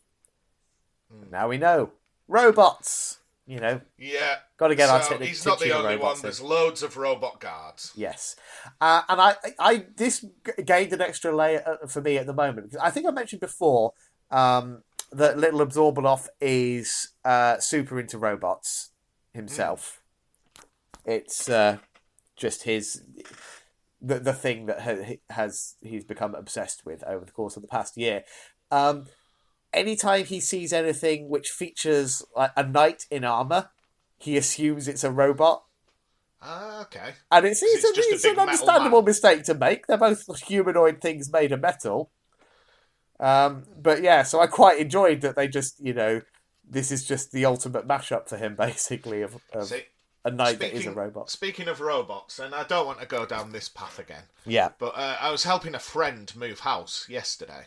S2: Hmm.
S1: Now we know. Robots. You know,
S2: Yeah.
S1: got to get our
S2: so
S1: technical
S2: he's not the only one.
S1: robots in.
S2: There's loads of robot guards.
S1: Yes. Uh, and I, I, this g- gained an extra layer uh, for me at the moment. I think I mentioned before um, that Little Absorbaloff is uh, super into robots himself. It's uh, just his, the, the thing that ha- has he's become obsessed with over the course of the past year. Um, anytime he sees anything which features like a knight in armor, he assumes it's a robot.
S2: Ah, okay.
S1: And it's,
S2: Because
S1: it's,
S2: it's
S1: a,
S2: just a
S1: it's
S2: big
S1: an
S2: metal
S1: understandable
S2: man.
S1: mistake to make. They're both humanoid things made of metal. Um, but yeah, so I quite enjoyed that they just, you know, this is just the ultimate mashup for him, basically, of, of
S2: See,
S1: a knight that is a
S2: speaking-
S1: robot.
S2: Speaking of robots, and I don't want to go down this path again,
S1: Yeah.
S2: but uh, I was helping a friend move house yesterday.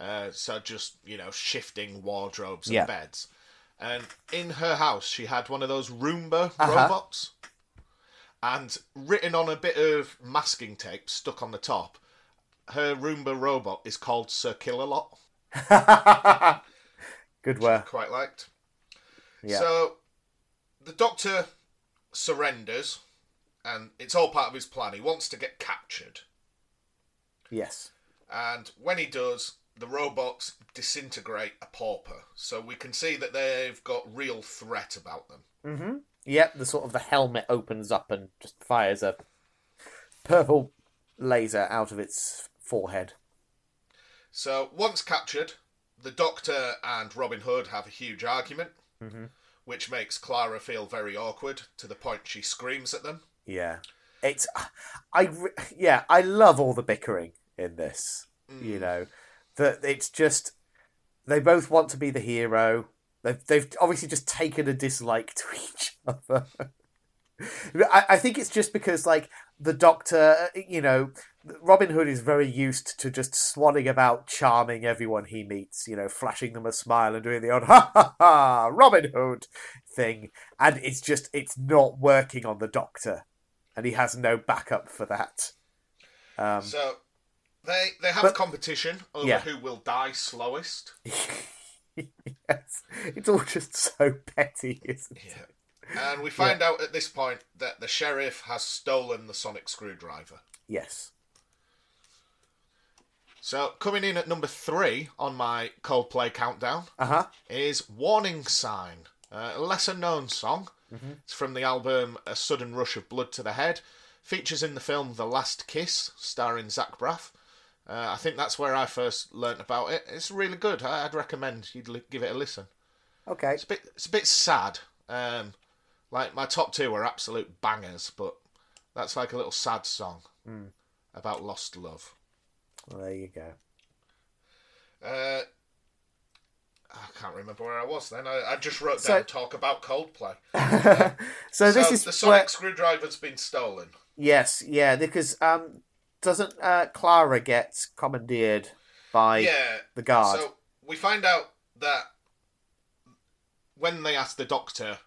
S2: Uh, so just, you know, shifting wardrobes and
S1: Yeah.
S2: beds. And in her house, she had one of those Roomba
S1: Uh-huh.
S2: robots. And written on a bit of masking tape stuck on the top, her Roomba robot is called Sir Killalot.
S1: Good
S2: which I
S1: work.
S2: Quite liked.
S1: Yeah.
S2: So the doctor surrenders, and it's all part of his plan. He wants to get captured,
S1: yes.
S2: and when he does, the robots disintegrate a pauper. So we can see that they've got real threat about them.
S1: Mm-hmm. Yep, the sort of the helmet opens up and just fires a purple laser out of its forehead.
S2: So once captured, the doctor and Robin Hood have a huge argument,
S1: Mhm.
S2: which makes Clara feel very awkward to the point she screams at them.
S1: Yeah. It's I re- yeah, I love all the bickering in this.
S2: Mm.
S1: You know, that it's just they both want to be the hero. They've they've obviously just taken a dislike to each other. I, I think it's just because like the Doctor, you know, Robin Hood is very used to just swanning about, charming everyone he meets. You know, flashing them a smile and doing the odd ha ha ha Robin Hood thing, and it's just it's not working on the Doctor, and he has no backup for that. Um,
S2: So they they have
S1: But-
S2: a competition over
S1: Yeah.
S2: who will die slowest.
S1: yes, it's all just so petty, isn't it?
S2: And we find out at this point that the sheriff has stolen the sonic screwdriver.
S1: Yes.
S2: So coming in at number three on my Coldplay countdown
S1: Uh huh.
S2: is "Warning Sign," a lesser-known song. It's from the album "A Sudden Rush of Blood to the Head." Features in the film "The Last Kiss," starring Zach Braff. Uh, I think that's where I first learnt about it. It's really good. I- I'd recommend you'd li- give it a listen.
S1: Okay.
S2: It's a bit, it's a bit sad. Um, like my top two are absolute bangers, but that's like a little sad song
S1: Hmm.
S2: about lost love.
S1: Well, there you go.
S2: Uh, I can't remember where I was then. I, I just wrote
S1: So-
S2: down talk about Coldplay.
S1: so this
S2: So
S1: is
S2: the
S1: where-
S2: sonic screwdriver's been stolen.
S1: yes, yeah, because um, doesn't uh, Clara get commandeered by
S2: yeah.
S1: the guard?
S2: So we find out that when they ask the doctor,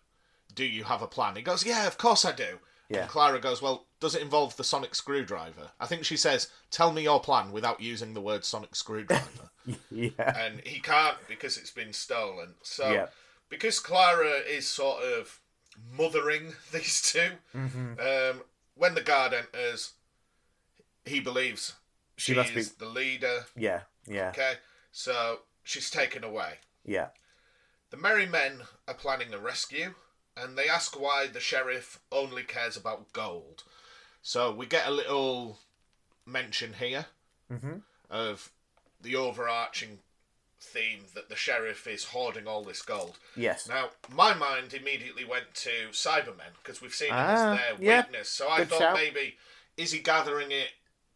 S2: "Do you have a plan?" He goes, "Yeah, of course I do."
S1: Yeah.
S2: And Clara goes, "Well, does it involve the sonic screwdriver?" I think she says, "Tell me your plan without using the word sonic screwdriver."
S1: yeah,
S2: and he can't because it's been stolen. So
S1: yeah,
S2: because Clara is sort of mothering these two,
S1: hmm
S2: um, when the guard enters, he believes
S1: She
S2: she,
S1: must be-
S2: is the leader.
S1: yeah, yeah,
S2: Okay, so she's taken away.
S1: yeah.
S2: The Merry Men are planning a rescue, and they ask why the sheriff only cares about gold. So we get a little mention here
S1: hmm
S2: of the overarching theme that the sheriff is hoarding all this gold.
S1: Yes.
S2: Now, my mind immediately went to Cybermen because we've seen
S1: Ah,
S2: it as their
S1: yeah.
S2: weakness. So I
S1: Good
S2: thought
S1: shout.
S2: maybe is he gathering it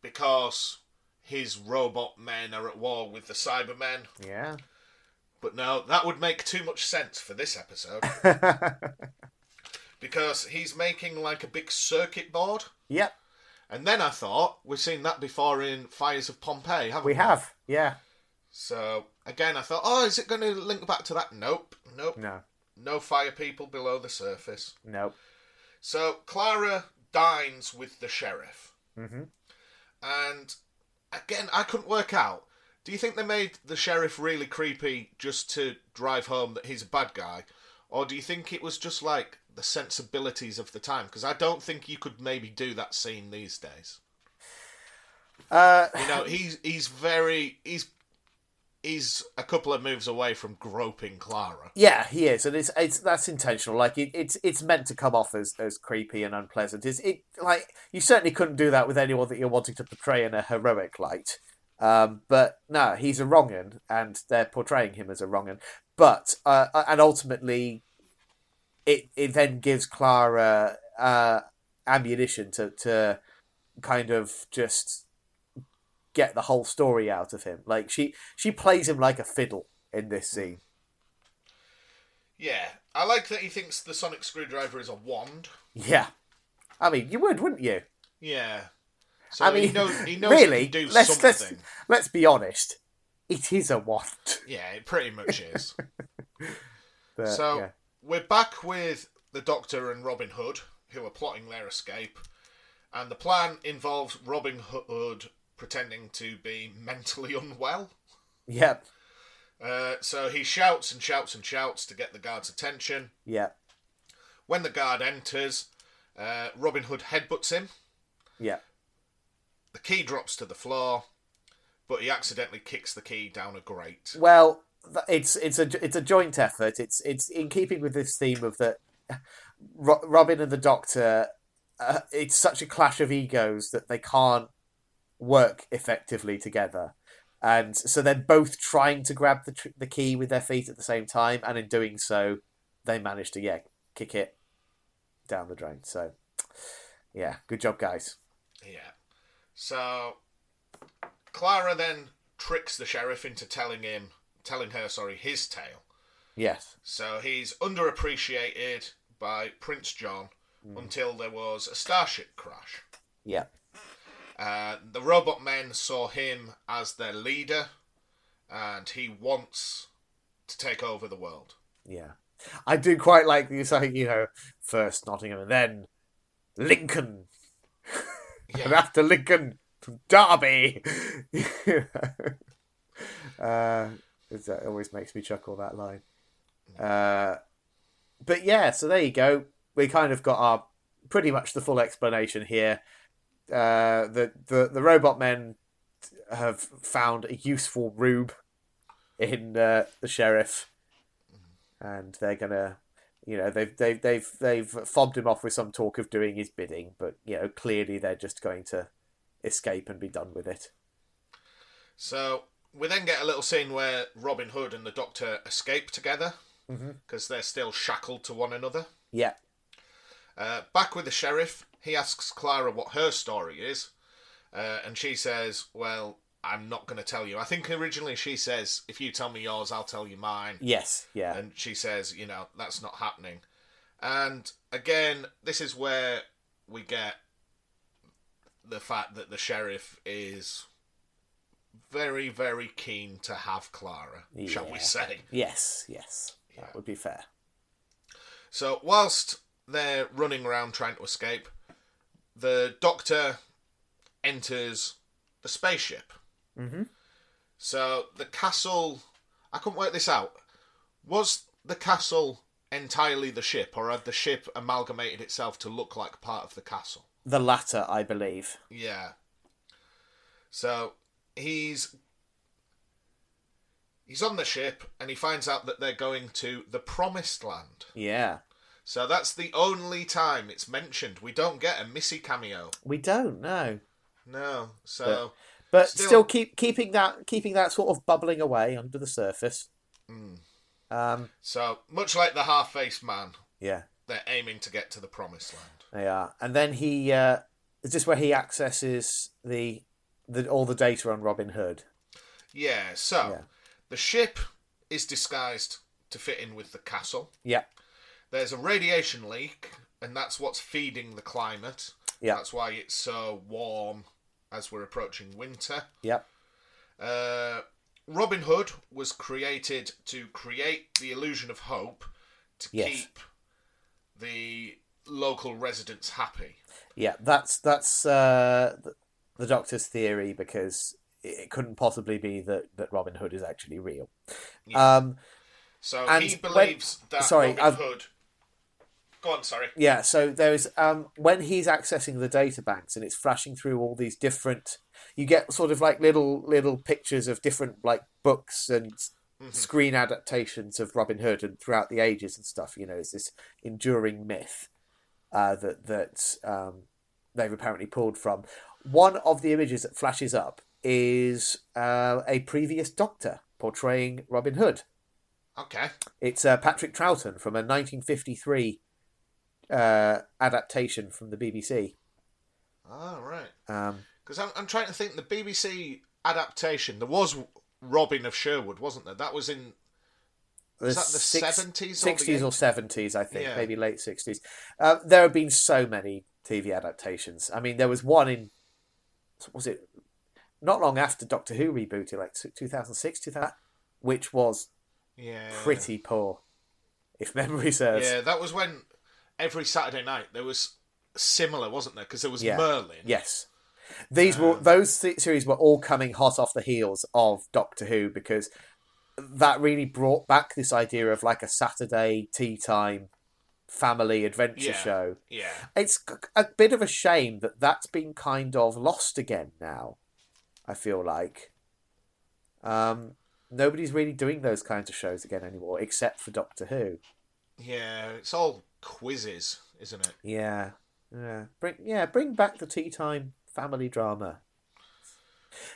S2: because his robot men are at war with the Cybermen?
S1: Yeah.
S2: But no, that would make too much sense for this episode because he's making like a big circuit board.
S1: yep,
S2: And then I thought we've seen that before in Fires of Pompeii, haven't we?
S1: we have. Yeah.
S2: So again, I thought, oh, is it going to link back to that? Nope, nope.
S1: No.
S2: No fire people below the surface.
S1: No.
S2: So Clara dines with the sheriff,
S1: hmm
S2: and again, I couldn't work out. Do you think they made the sheriff really creepy just to drive home that he's a bad guy, or do you think it was just like the sensibilities of the time? Because I don't think you could maybe do that scene these days.
S1: Uh,
S2: You know, he's he's very he's he's a couple of moves away from groping Clara.
S1: Yeah, he is, and it's it's that's intentional. Like it, it's it's meant to come off as, as creepy and unpleasant. It's it like you certainly couldn't do that with anyone that you're wanting to portray in a heroic light. Um, but no, he's a wrong'un, and they're portraying him as a wrong'un. But uh, and ultimately, it it then gives Clara uh, ammunition to to kind of just get the whole story out of him. Like she she plays him like a fiddle in this scene.
S2: Yeah, I like that he thinks the sonic screwdriver is a wand.
S1: Yeah, I mean you would, wouldn't you?
S2: Yeah. So
S1: I
S2: he
S1: mean,
S2: knows he knows
S1: really,
S2: he can do
S1: let's-
S2: something.
S1: let's- Let's be honest, it is a waft.
S2: Yeah, it pretty much is.
S1: But,
S2: So-
S1: yeah.
S2: We're back with the Doctor and Robin Hood, who are plotting their escape, and the plan involves Robin Hood pretending to be mentally unwell.
S1: yep,
S2: Uh, so he shouts and shouts and shouts to get the guard's attention.
S1: yep,
S2: When the guard enters, uh, Robin Hood headbutts him.
S1: yep.
S2: The key drops to the floor, but he accidentally kicks the key down a grate.
S1: Well, th- it's it's a it's a joint effort. It's it's in keeping with this theme of that Ro- Robin and the Doctor. Uh, it's such a clash of egos that they can't work effectively together, and so they're both trying to grab the tr- the key with their feet at the same time, and in doing so, they manage to yeah kick it down the drain. So, yeah, good job, guys.
S2: Yeah. So Clara then tricks the sheriff into telling him, telling her, sorry, his tale.
S1: Yes,
S2: So he's underappreciated by Prince John until there was a starship crash.
S1: yeah,
S2: Uh, the robot men saw him as their leader, and he wants to take over the world.
S1: Yeah. I do quite like the saying, you know, first Nottingham and then Lincoln. And
S2: Yeah.
S1: after Lincoln, Derby. You know? uh, it's- that always makes me chuckle, that line. Uh, but yeah, so there you go. We kind of got our pretty much the full explanation here. Uh, the, the, the robot men have found a useful rube in uh, the sheriff and they're gonna you know they've they've they've they've fobbed him off with some talk of doing his bidding but you know clearly they're just going to escape and be done with it
S2: So we then get a little scene where Robin Hood and the Doctor escape together
S1: Mhm.
S2: because they're still shackled to one another.
S1: yeah
S2: Uh, back with the sheriff, he asks Clara what her story is, uh, and she says, "Well, I'm not going to tell you." I think originally she says, "If you tell me yours, I'll tell you mine."
S1: yes yeah
S2: And she says, "You know, that's not happening." And again, this is where we get the fact that the sheriff is very, very keen to have Clara, shall we
S1: Yeah.
S2: say?
S1: yes yes
S2: Yeah.
S1: that would be fair
S2: So whilst they're running around trying to escape, the Doctor enters the spaceship.
S1: Mhm.
S2: So the castle, I couldn't work this out. Was the castle entirely the ship, or had the ship amalgamated itself to look like part of the castle?
S1: the latter i believe
S2: Yeah. So he's he's on the ship and he finds out that they're going to the promised land.
S1: yeah
S2: So that's the only time it's mentioned. We don't get a Missy cameo.
S1: we don't know
S2: No. So
S1: but
S2: Still-
S1: still, keep keeping that keeping that sort of bubbling away under the surface
S2: Mm.
S1: um
S2: so much like the half faced man,
S1: yeah
S2: they're aiming to get to the promised land.
S1: They are, and then he uh, is this where he accesses the the all the data on Robin Hood.
S2: Yeah, so
S1: Yeah.
S2: the ship is disguised to fit in with the castle.
S1: Yeah,
S2: There's a radiation leak, and that's what's feeding the climate.
S1: Yeah.
S2: That's why it's so warm as we're approaching winter.
S1: yeah,
S2: Uh, Robin Hood was created to create the illusion of hope to
S1: Yes.
S2: keep the local residents happy.
S1: yeah. That's that's uh, the, the Doctor's theory because it it couldn't possibly be that, that Robin Hood is actually real.
S2: Yeah.
S1: Um,
S2: So
S1: And
S2: he
S1: when-
S2: believes that
S1: sorry,
S2: Robin
S1: I've-
S2: Hood. Go on, sorry.
S1: Yeah, so there's um when he's accessing the data banks and it's flashing through all these different you get sort of like little little pictures of different like books and s-
S2: Mhm.
S1: screen adaptations of Robin Hood and throughout the ages and stuff, you know, is this enduring myth uh that that um they've apparently pulled from. One of the images that flashes up is uh, a previous doctor portraying Robin Hood.
S2: Okay.
S1: It's uh, Patrick Troughton from a 1953 uh, adaptation from the BBC.
S2: All right.
S1: Um,
S2: Because I'm, I'm trying to think the BBC adaptation. There was Robin of Sherwood, wasn't there? That was in Was that the
S1: six-
S2: 70s or the
S1: 60s or 70s, I think,
S2: Yeah.
S1: maybe late 60s. Uh, there have been so many TV adaptations. I mean, there was one in, was it not long after Doctor Who rebooted, like 2006, 2000, which was
S2: yeah
S1: pretty poor, if memory serves.
S2: Yeah, that was when every Saturday night there was similar, wasn't there? Because there was
S1: Yeah.
S2: Merlin.
S1: Yes. These were those th- series were all coming hot off the heels of Doctor Who because that really brought back this idea of like a Saturday tea time family adventure
S2: Yeah.
S1: show.
S2: Yeah.
S1: It's c- a bit of a shame that that's been kind of lost again now. I feel like um, nobody's really doing those kinds of shows again anymore, except for Doctor Who.
S2: Yeah, it's all quizzes, isn't it?
S1: Yeah, yeah. Bring yeah, bring back the tea time family drama.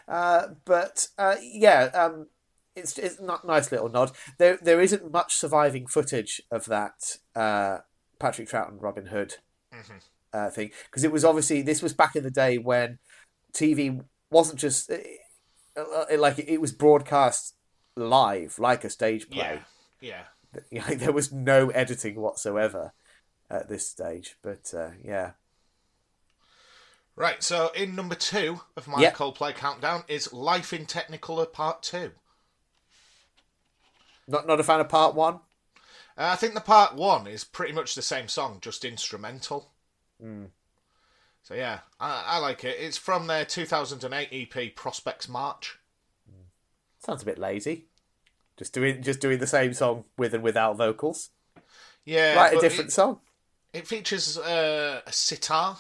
S1: Uh, but uh, yeah, um, it's it's not nice little nod. There there isn't much surviving footage of that uh, Patrick Troughton Robin Hood
S2: Mhm.
S1: uh, thing because it was obviously this was back in the day when TV wasn't just uh, uh, like it was broadcast live like a stage play
S2: Yeah. Yeah.
S1: like there was no editing whatsoever at this stage. But uh, yeah,
S2: Right, so in number two of my
S1: Yeah.
S2: Coldplay countdown is Life in Technicolor Part Two.
S1: not not a fan of part one.
S2: Uh, I think the part one is pretty much the same song, just instrumental.
S1: Mm.
S2: So yeah, I, I like it. It's from their 2008 EP E Prospects March.
S1: Sounds a bit lazy. Just doing just doing the same song with and without vocals.
S2: Yeah,
S1: Write a
S2: but
S1: different song.
S2: It, it features uh, a sitar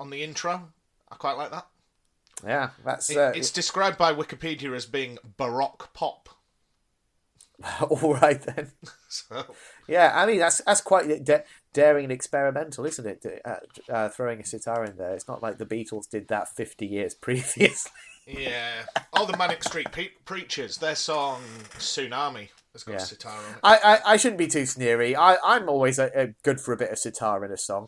S2: on the intro. I quite like that.
S1: Yeah, that's
S2: It-
S1: uh,
S2: it's described by Wikipedia as being baroque pop.
S1: all right then.
S2: So
S1: Yeah, I mean that's that's quite da- daring and experimental, isn't it? Uh, uh, throwing a sitar in there. It's not like the Beatles did that fifty years previously.
S2: yeah, all the Manic Street Pe- Preachers, their song Tsunami has got
S1: Yeah. Uh,
S2: a sitar on it.
S1: I, I, I shouldn't be too sneery. I, I'm always uh, uh, good for a bit of sitar in a song.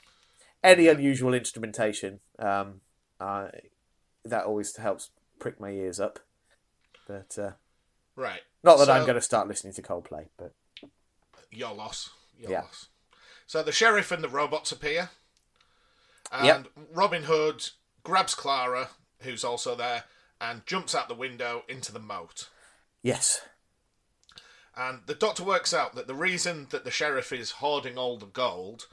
S1: Any unusual instrumentation, um, uh, that always helps prick my ears up. But uh,
S2: Right.
S1: not that I'm
S2: So-
S1: going to start listening to Coldplay, but
S2: Your loss. Your
S1: Yeah.
S2: loss. So the sheriff and the robots appear. And
S1: Yep.
S2: Robin Hood grabs Clara, who's also there, and jumps out the window into the moat.
S1: yes,
S2: And the doctor works out that the reason that the sheriff is hoarding all the gold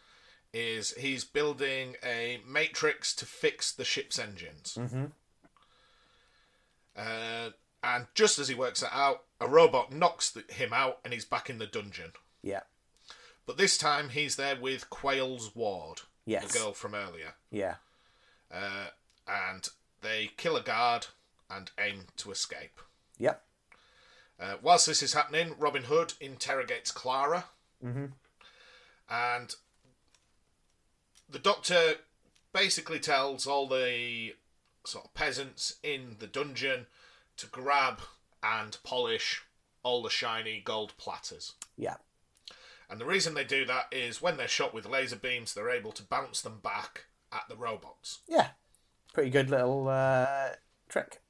S2: is he's building a matrix to fix the ship's engines.
S1: Mhm.
S2: Uh, and just as he works that out, a robot knocks th- him out and he's back in the dungeon.
S1: yeah,
S2: But this time he's there with Quail's Ward,
S1: yes,
S2: the girl from earlier.
S1: yeah,
S2: Uh, and they kill a guard and aim to escape.
S1: yep,
S2: Uh, whilst this is happening, Robin Hood interrogates Clara,
S1: hmm
S2: and the doctor basically tells all the sort of peasants in the dungeon to grab and polish all the shiny gold platters.
S1: yeah,
S2: And the reason they do that is when they're shot with laser beams, they're able to bounce them back at the robots.
S1: yeah. Pretty good little uh, trick.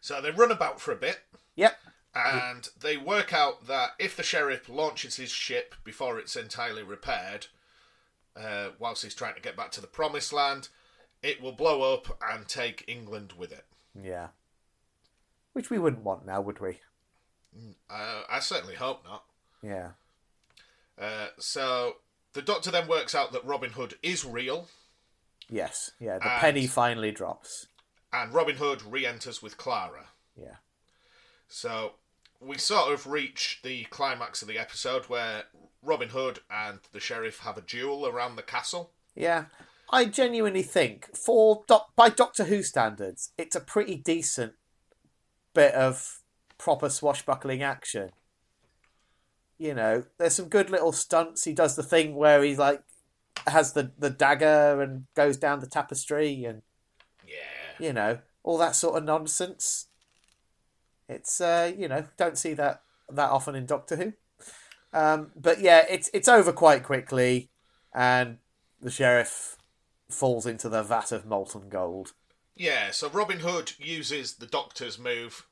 S2: So they run about for a bit,
S1: Yep,
S2: and they work out that if the sheriff launches his ship before it's entirely repaired, uh, whilst he's trying to get back to the promised land, it will blow up and take England with it.
S1: yeah. Which we wouldn't want now, would we?
S2: Uh, I certainly hope not.
S1: Yeah,
S2: Uh, so the doctor then works out that Robin Hood is real,
S1: yes, yeah. The
S2: And-
S1: penny finally drops.
S2: and Robin Hood re enters with Clara.
S1: Yeah.
S2: So we sort of reach the climax of the episode where Robin Hood and the sheriff have a duel around the castle.
S1: Yeah, I genuinely think for doc- by Doctor Who standards, it's a pretty decent bit of proper swashbuckling action. You know, there's some good little stunts. He does the thing where he like has the the dagger and goes down the tapestry, and
S2: Yeah.
S1: you know all that sort of nonsense. It's uh, you know don't see that that often in Doctor Who. Um, but yeah, it's it's over quite quickly, and the sheriff falls into the vat of molten gold.
S2: Yeah, so Robin Hood uses the Doctor's move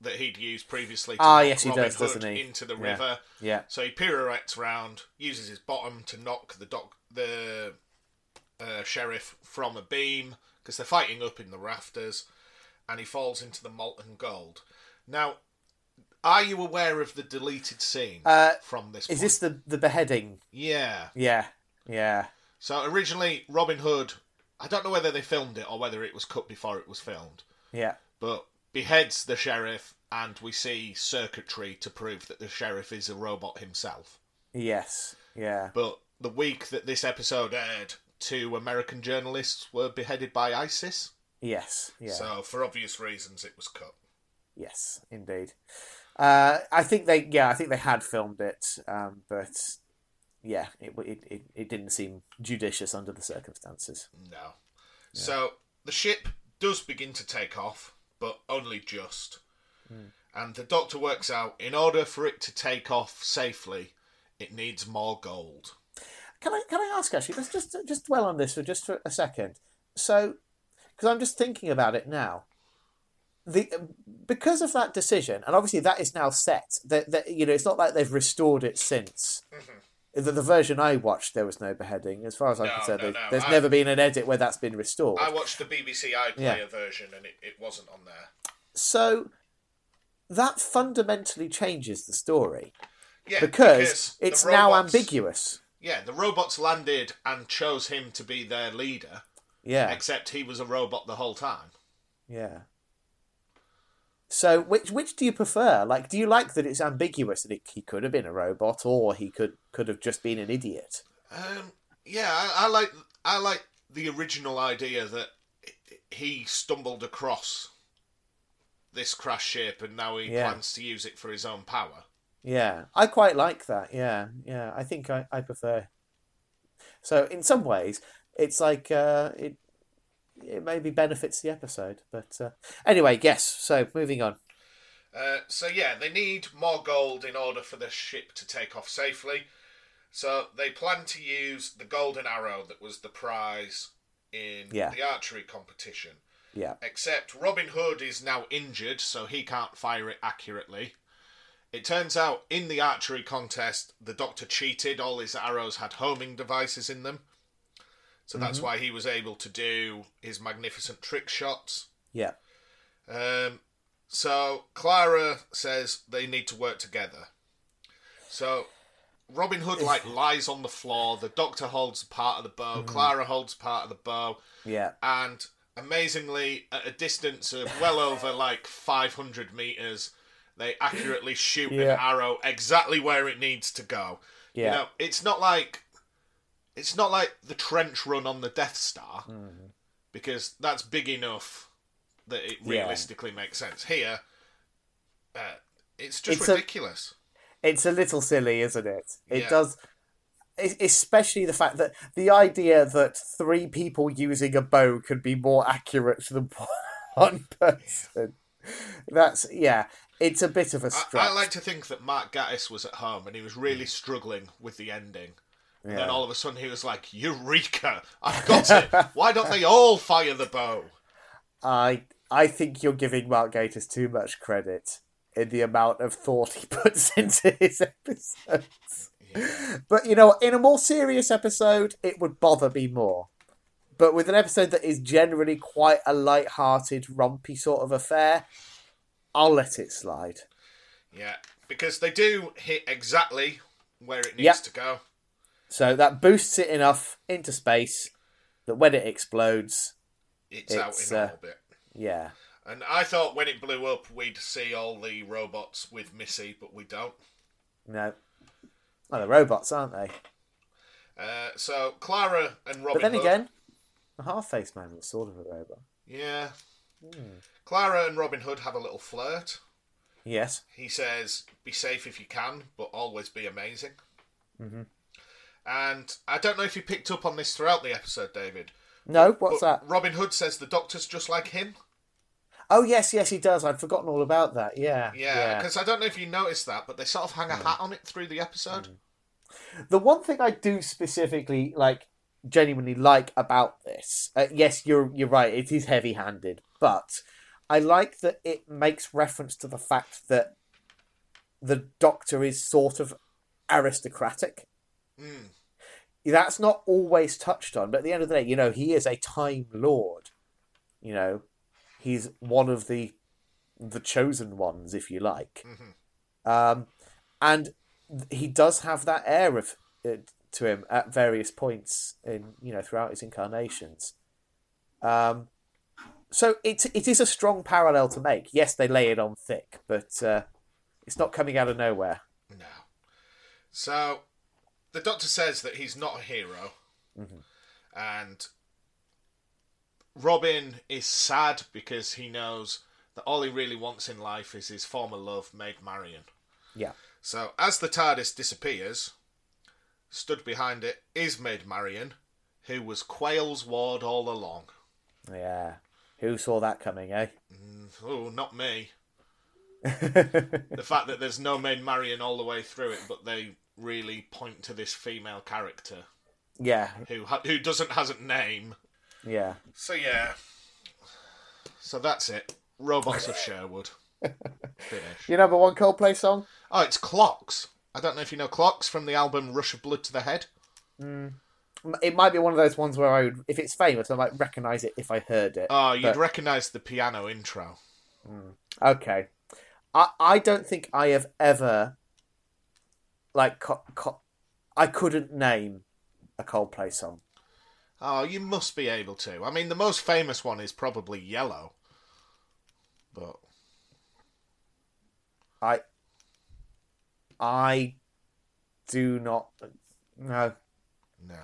S2: that he'd used previously to
S1: Ah,
S2: knock
S1: yes, he
S2: Robin
S1: does,
S2: Hood
S1: doesn't he?
S2: into the
S1: Yeah.
S2: river.
S1: Yeah.
S2: So he pirouettes round, uses his bottom to knock the doc the uh, sheriff from a beam because they're fighting up in the rafters, and he falls into the molten gold. Now, are you aware of the deleted scene
S1: Uh,
S2: from this?
S1: Is
S2: point?
S1: this the the beheading?
S2: Yeah.
S1: Yeah. Yeah.
S2: So originally, Robin Hood. I don't know whether they filmed it or whether it was cut before it was filmed,
S1: Yeah.
S2: but beheads the sheriff, and we see circuitry to prove that the sheriff is a robot himself.
S1: Yes. Yeah.
S2: But the week that this episode aired, two American journalists were beheaded by ISIS.
S1: Yes. Yeah.
S2: So, for obvious reasons, it was cut.
S1: Yes, indeed. Uh, I think they, yeah, I think they had filmed it, um, but yeah, it, w- it it it didn't seem judicious under the circumstances.
S2: No. So, the ship does begin to take off, but only just.
S1: Hmm.
S2: And the doctor works out in order for it to take off safely, it needs more gold.
S1: Can I can I ask actually? Let's just just dwell on this for just for a second. So, because I'm just thinking about it now. The because of that decision, and obviously that is now set. That that you know, it's not like they've restored it since. The, the version I watched, there was no beheading. As far as I'm
S2: Mm-hmm. No,
S1: concerned,
S2: no,
S1: there-
S2: no,
S1: there's
S2: I-
S1: never been an edit where that's been restored.
S2: I watched the BBC iPlayer
S1: Yeah.
S2: version and it, it wasn't on there.
S1: So that fundamentally changes the story
S2: Yeah,
S1: because,
S2: the
S1: it's now
S2: robots-
S1: ambiguous.
S2: Yeah, the robots landed and chose him to be their leader,
S1: Yeah,
S2: except he was a robot the whole time.
S1: yeah. So which which do you prefer? Like, do you like that it's ambiguous that it, he could have been a robot or he could could have just been an idiot?
S2: Um, yeah, I, I like I like the original idea that he stumbled across this crash ship and now he
S1: Yeah.
S2: plans to use it for his own power.
S1: Yeah, I quite like that. Yeah, yeah. I think I, I prefer. So in some ways, it's like uh, it it maybe benefits the episode, but uh, anyway, yes. So moving on.
S2: Uh, so yeah, they need more gold in order for the ship to take off safely. So they plan to use the golden arrow that was the prize in
S1: Yeah.
S2: the archery competition.
S1: Yeah.
S2: Except Robin Hood is now injured, so he can't fire it accurately. It turns out in the archery contest, the doctor cheated. All his arrows had homing devices in them. So that's
S1: Mm-hmm.
S2: why he was able to do his magnificent trick shots.
S1: Yeah.
S2: Um, so Clara says they need to work together. So Robin Hood like lies on the floor. The doctor holds part of the bow. Clara holds part of the bow
S1: Yeah.
S2: and amazingly at a distance of well over like 500 meters they accurately shoot an
S1: Yeah.
S2: arrow exactly where it needs to go
S1: Yeah.
S2: you know it's not like it's not like the trench run on the death star
S1: Mm-hmm.
S2: because that's big enough that it
S1: Yeah.
S2: realistically makes sense here uh, it's just
S1: It's a-
S2: ridiculous
S1: it's a little silly, isn't it? It
S2: Yeah.
S1: does, es- especially the fact that the idea that three people using a bow could be more accurate than one person. That's yeah. It's a bit of a
S2: I,
S1: stretch. Mm.
S2: I like to think that mark gattis was at home and he was really struggling with the ending And
S1: Yeah.
S2: then all of a sudden he was like, Eureka! I've got it! Why don't they all fire the bow?
S1: I I think you're giving Mark Gatiss too much credit in the amount of thought he puts into his episodes. But you know, in a more serious episode, it would bother me more. But with an episode that is generally quite a light-hearted, rompy sort of affair, I'll let it slide.
S2: Yeah, because they do hit exactly where it needs
S1: Yep.
S2: to go.
S1: So that boosts it enough into space that when it explodes,
S2: It's, out
S1: It's,
S2: in
S1: uh,
S2: orbit.
S1: yeah,
S2: And I thought when it blew up, we'd see all the robots with Missy, but we don't.
S1: no. Well, they're robots, aren't they?
S2: Uh, so Clara and Robin.
S1: But then
S2: Hood-
S1: again, the half-faced man was sort of a robot.
S2: yeah.
S1: Hmm.
S2: Clara and Robin Hood have a little flirt.
S1: Yes.
S2: He says, "Be safe if you can, but always be amazing." Mm-hmm. And I don't know if you picked up on this throughout the episode, David.
S1: No, what's
S2: But
S1: that?
S2: Robin Hood says the doctor's just like him.
S1: Oh yes, yes, he does. I'd forgotten all about that. Yeah, Hmm.
S2: Yeah, because I don't know if you noticed that, but they sort of hang a hat on it through the episode.
S1: The one thing I do specifically like genuinely like about this. Uh, yes, you're you're right. It is heavy-handed, but I like that it makes reference to the fact that the Doctor is sort of aristocratic. Hmm.
S2: Mm.
S1: That's not always touched on, but at the end of the day, you know, he is a Time Lord. You know, he's one of the the chosen ones, if you like.
S2: Mhm.
S1: Um, and th- he does have that air of uh, to him at various points in you know throughout his incarnations. Um, so it it is a strong parallel to make. Yes, they lay it on thick, but uh, it's not coming out of nowhere.
S2: No. So, the Doctor says that he's not a hero,
S1: Mhm.
S2: and Robin is sad because he knows that all he really wants in life is his former love, Maid Marian.
S1: Yeah.
S2: So, as the TARDIS disappears, stood behind it is Maid Marian, who was Quayle's ward all along.
S1: Yeah. Who saw that coming, eh?
S2: Oh, not me. the fact that there's no Maid Marian all the way through it, but they really point to this female character
S1: yeah,
S2: who ha- who doesn't has a name.
S1: yeah.
S2: So yeah. So that's it. Robots of Sherwood. Finish.
S1: Your number one Coldplay song?
S2: Oh, it's Clocks. I don't know if you know Clocks from the album Rush of Blood to the Head.
S1: Hmm. M- It might be one of those ones where I would, if it's famous, I might recognise it if I heard it.
S2: Oh, you'd
S1: But-
S2: recognise the piano intro.
S1: Okay. I, I don't think I have ever, like, co- co- I couldn't name a Coldplay song.
S2: Oh, you must be able to. I mean, the most famous one is probably Yellow. But
S1: I, I do not, no.
S2: no.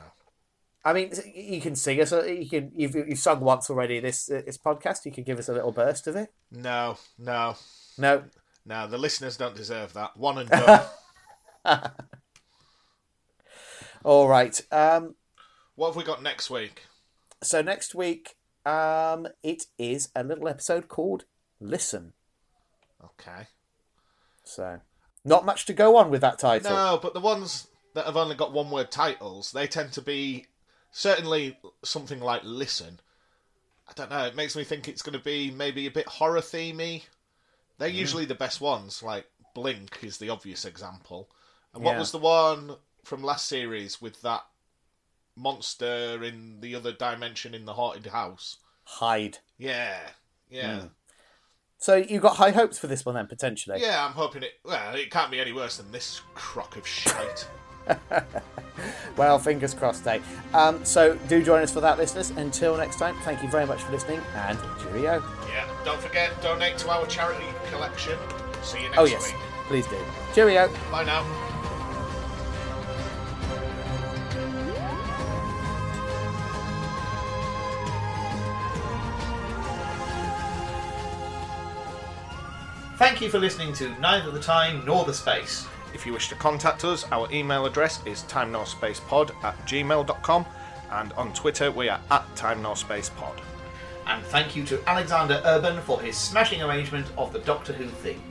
S1: I mean, you can sing us. a- You can. You've, you've sung once already this this podcast. You can give us a little burst of it.
S2: No, no,
S1: No,
S2: no. The listeners don't deserve that. One and done.
S1: all right. Um,
S2: what have we got next week?
S1: so next week, um, it is a little episode called "Listen."
S2: Okay.
S1: So, not much to go on with that title.
S2: No, but the ones that have only got one word titles, they tend to be certainly something like listen. I don't know, it makes me think it's going to be maybe a bit horror themey. They're usually the best ones, like Blink is the obvious example. And what
S1: Yeah.
S2: was the one from last series with that monster in the other dimension in the haunted house?
S1: Hide.
S2: Yeah. Yeah.
S1: So you got high hopes for this one then potentially.
S2: Yeah, I'm hoping it well, it can't be any worse than this crock of shite.
S1: Well, fingers crossed, eh? Um, so do join us for that, listeners. Until next time, thank you very much for listening and cheerio.
S2: Yeah, don't forget, donate to our charity collection. See you next
S1: oh yes,
S2: week.
S1: please do. Cheerio.
S2: Bye now. Thank you for listening to Neither the Time Nor the Space. If you wish to contact us, our email address is timenorspacepod at gmail.com and on Twitter we are at timenorspacepod.
S3: and thank you to Alexander Urban for his smashing arrangement of the Doctor Who theme.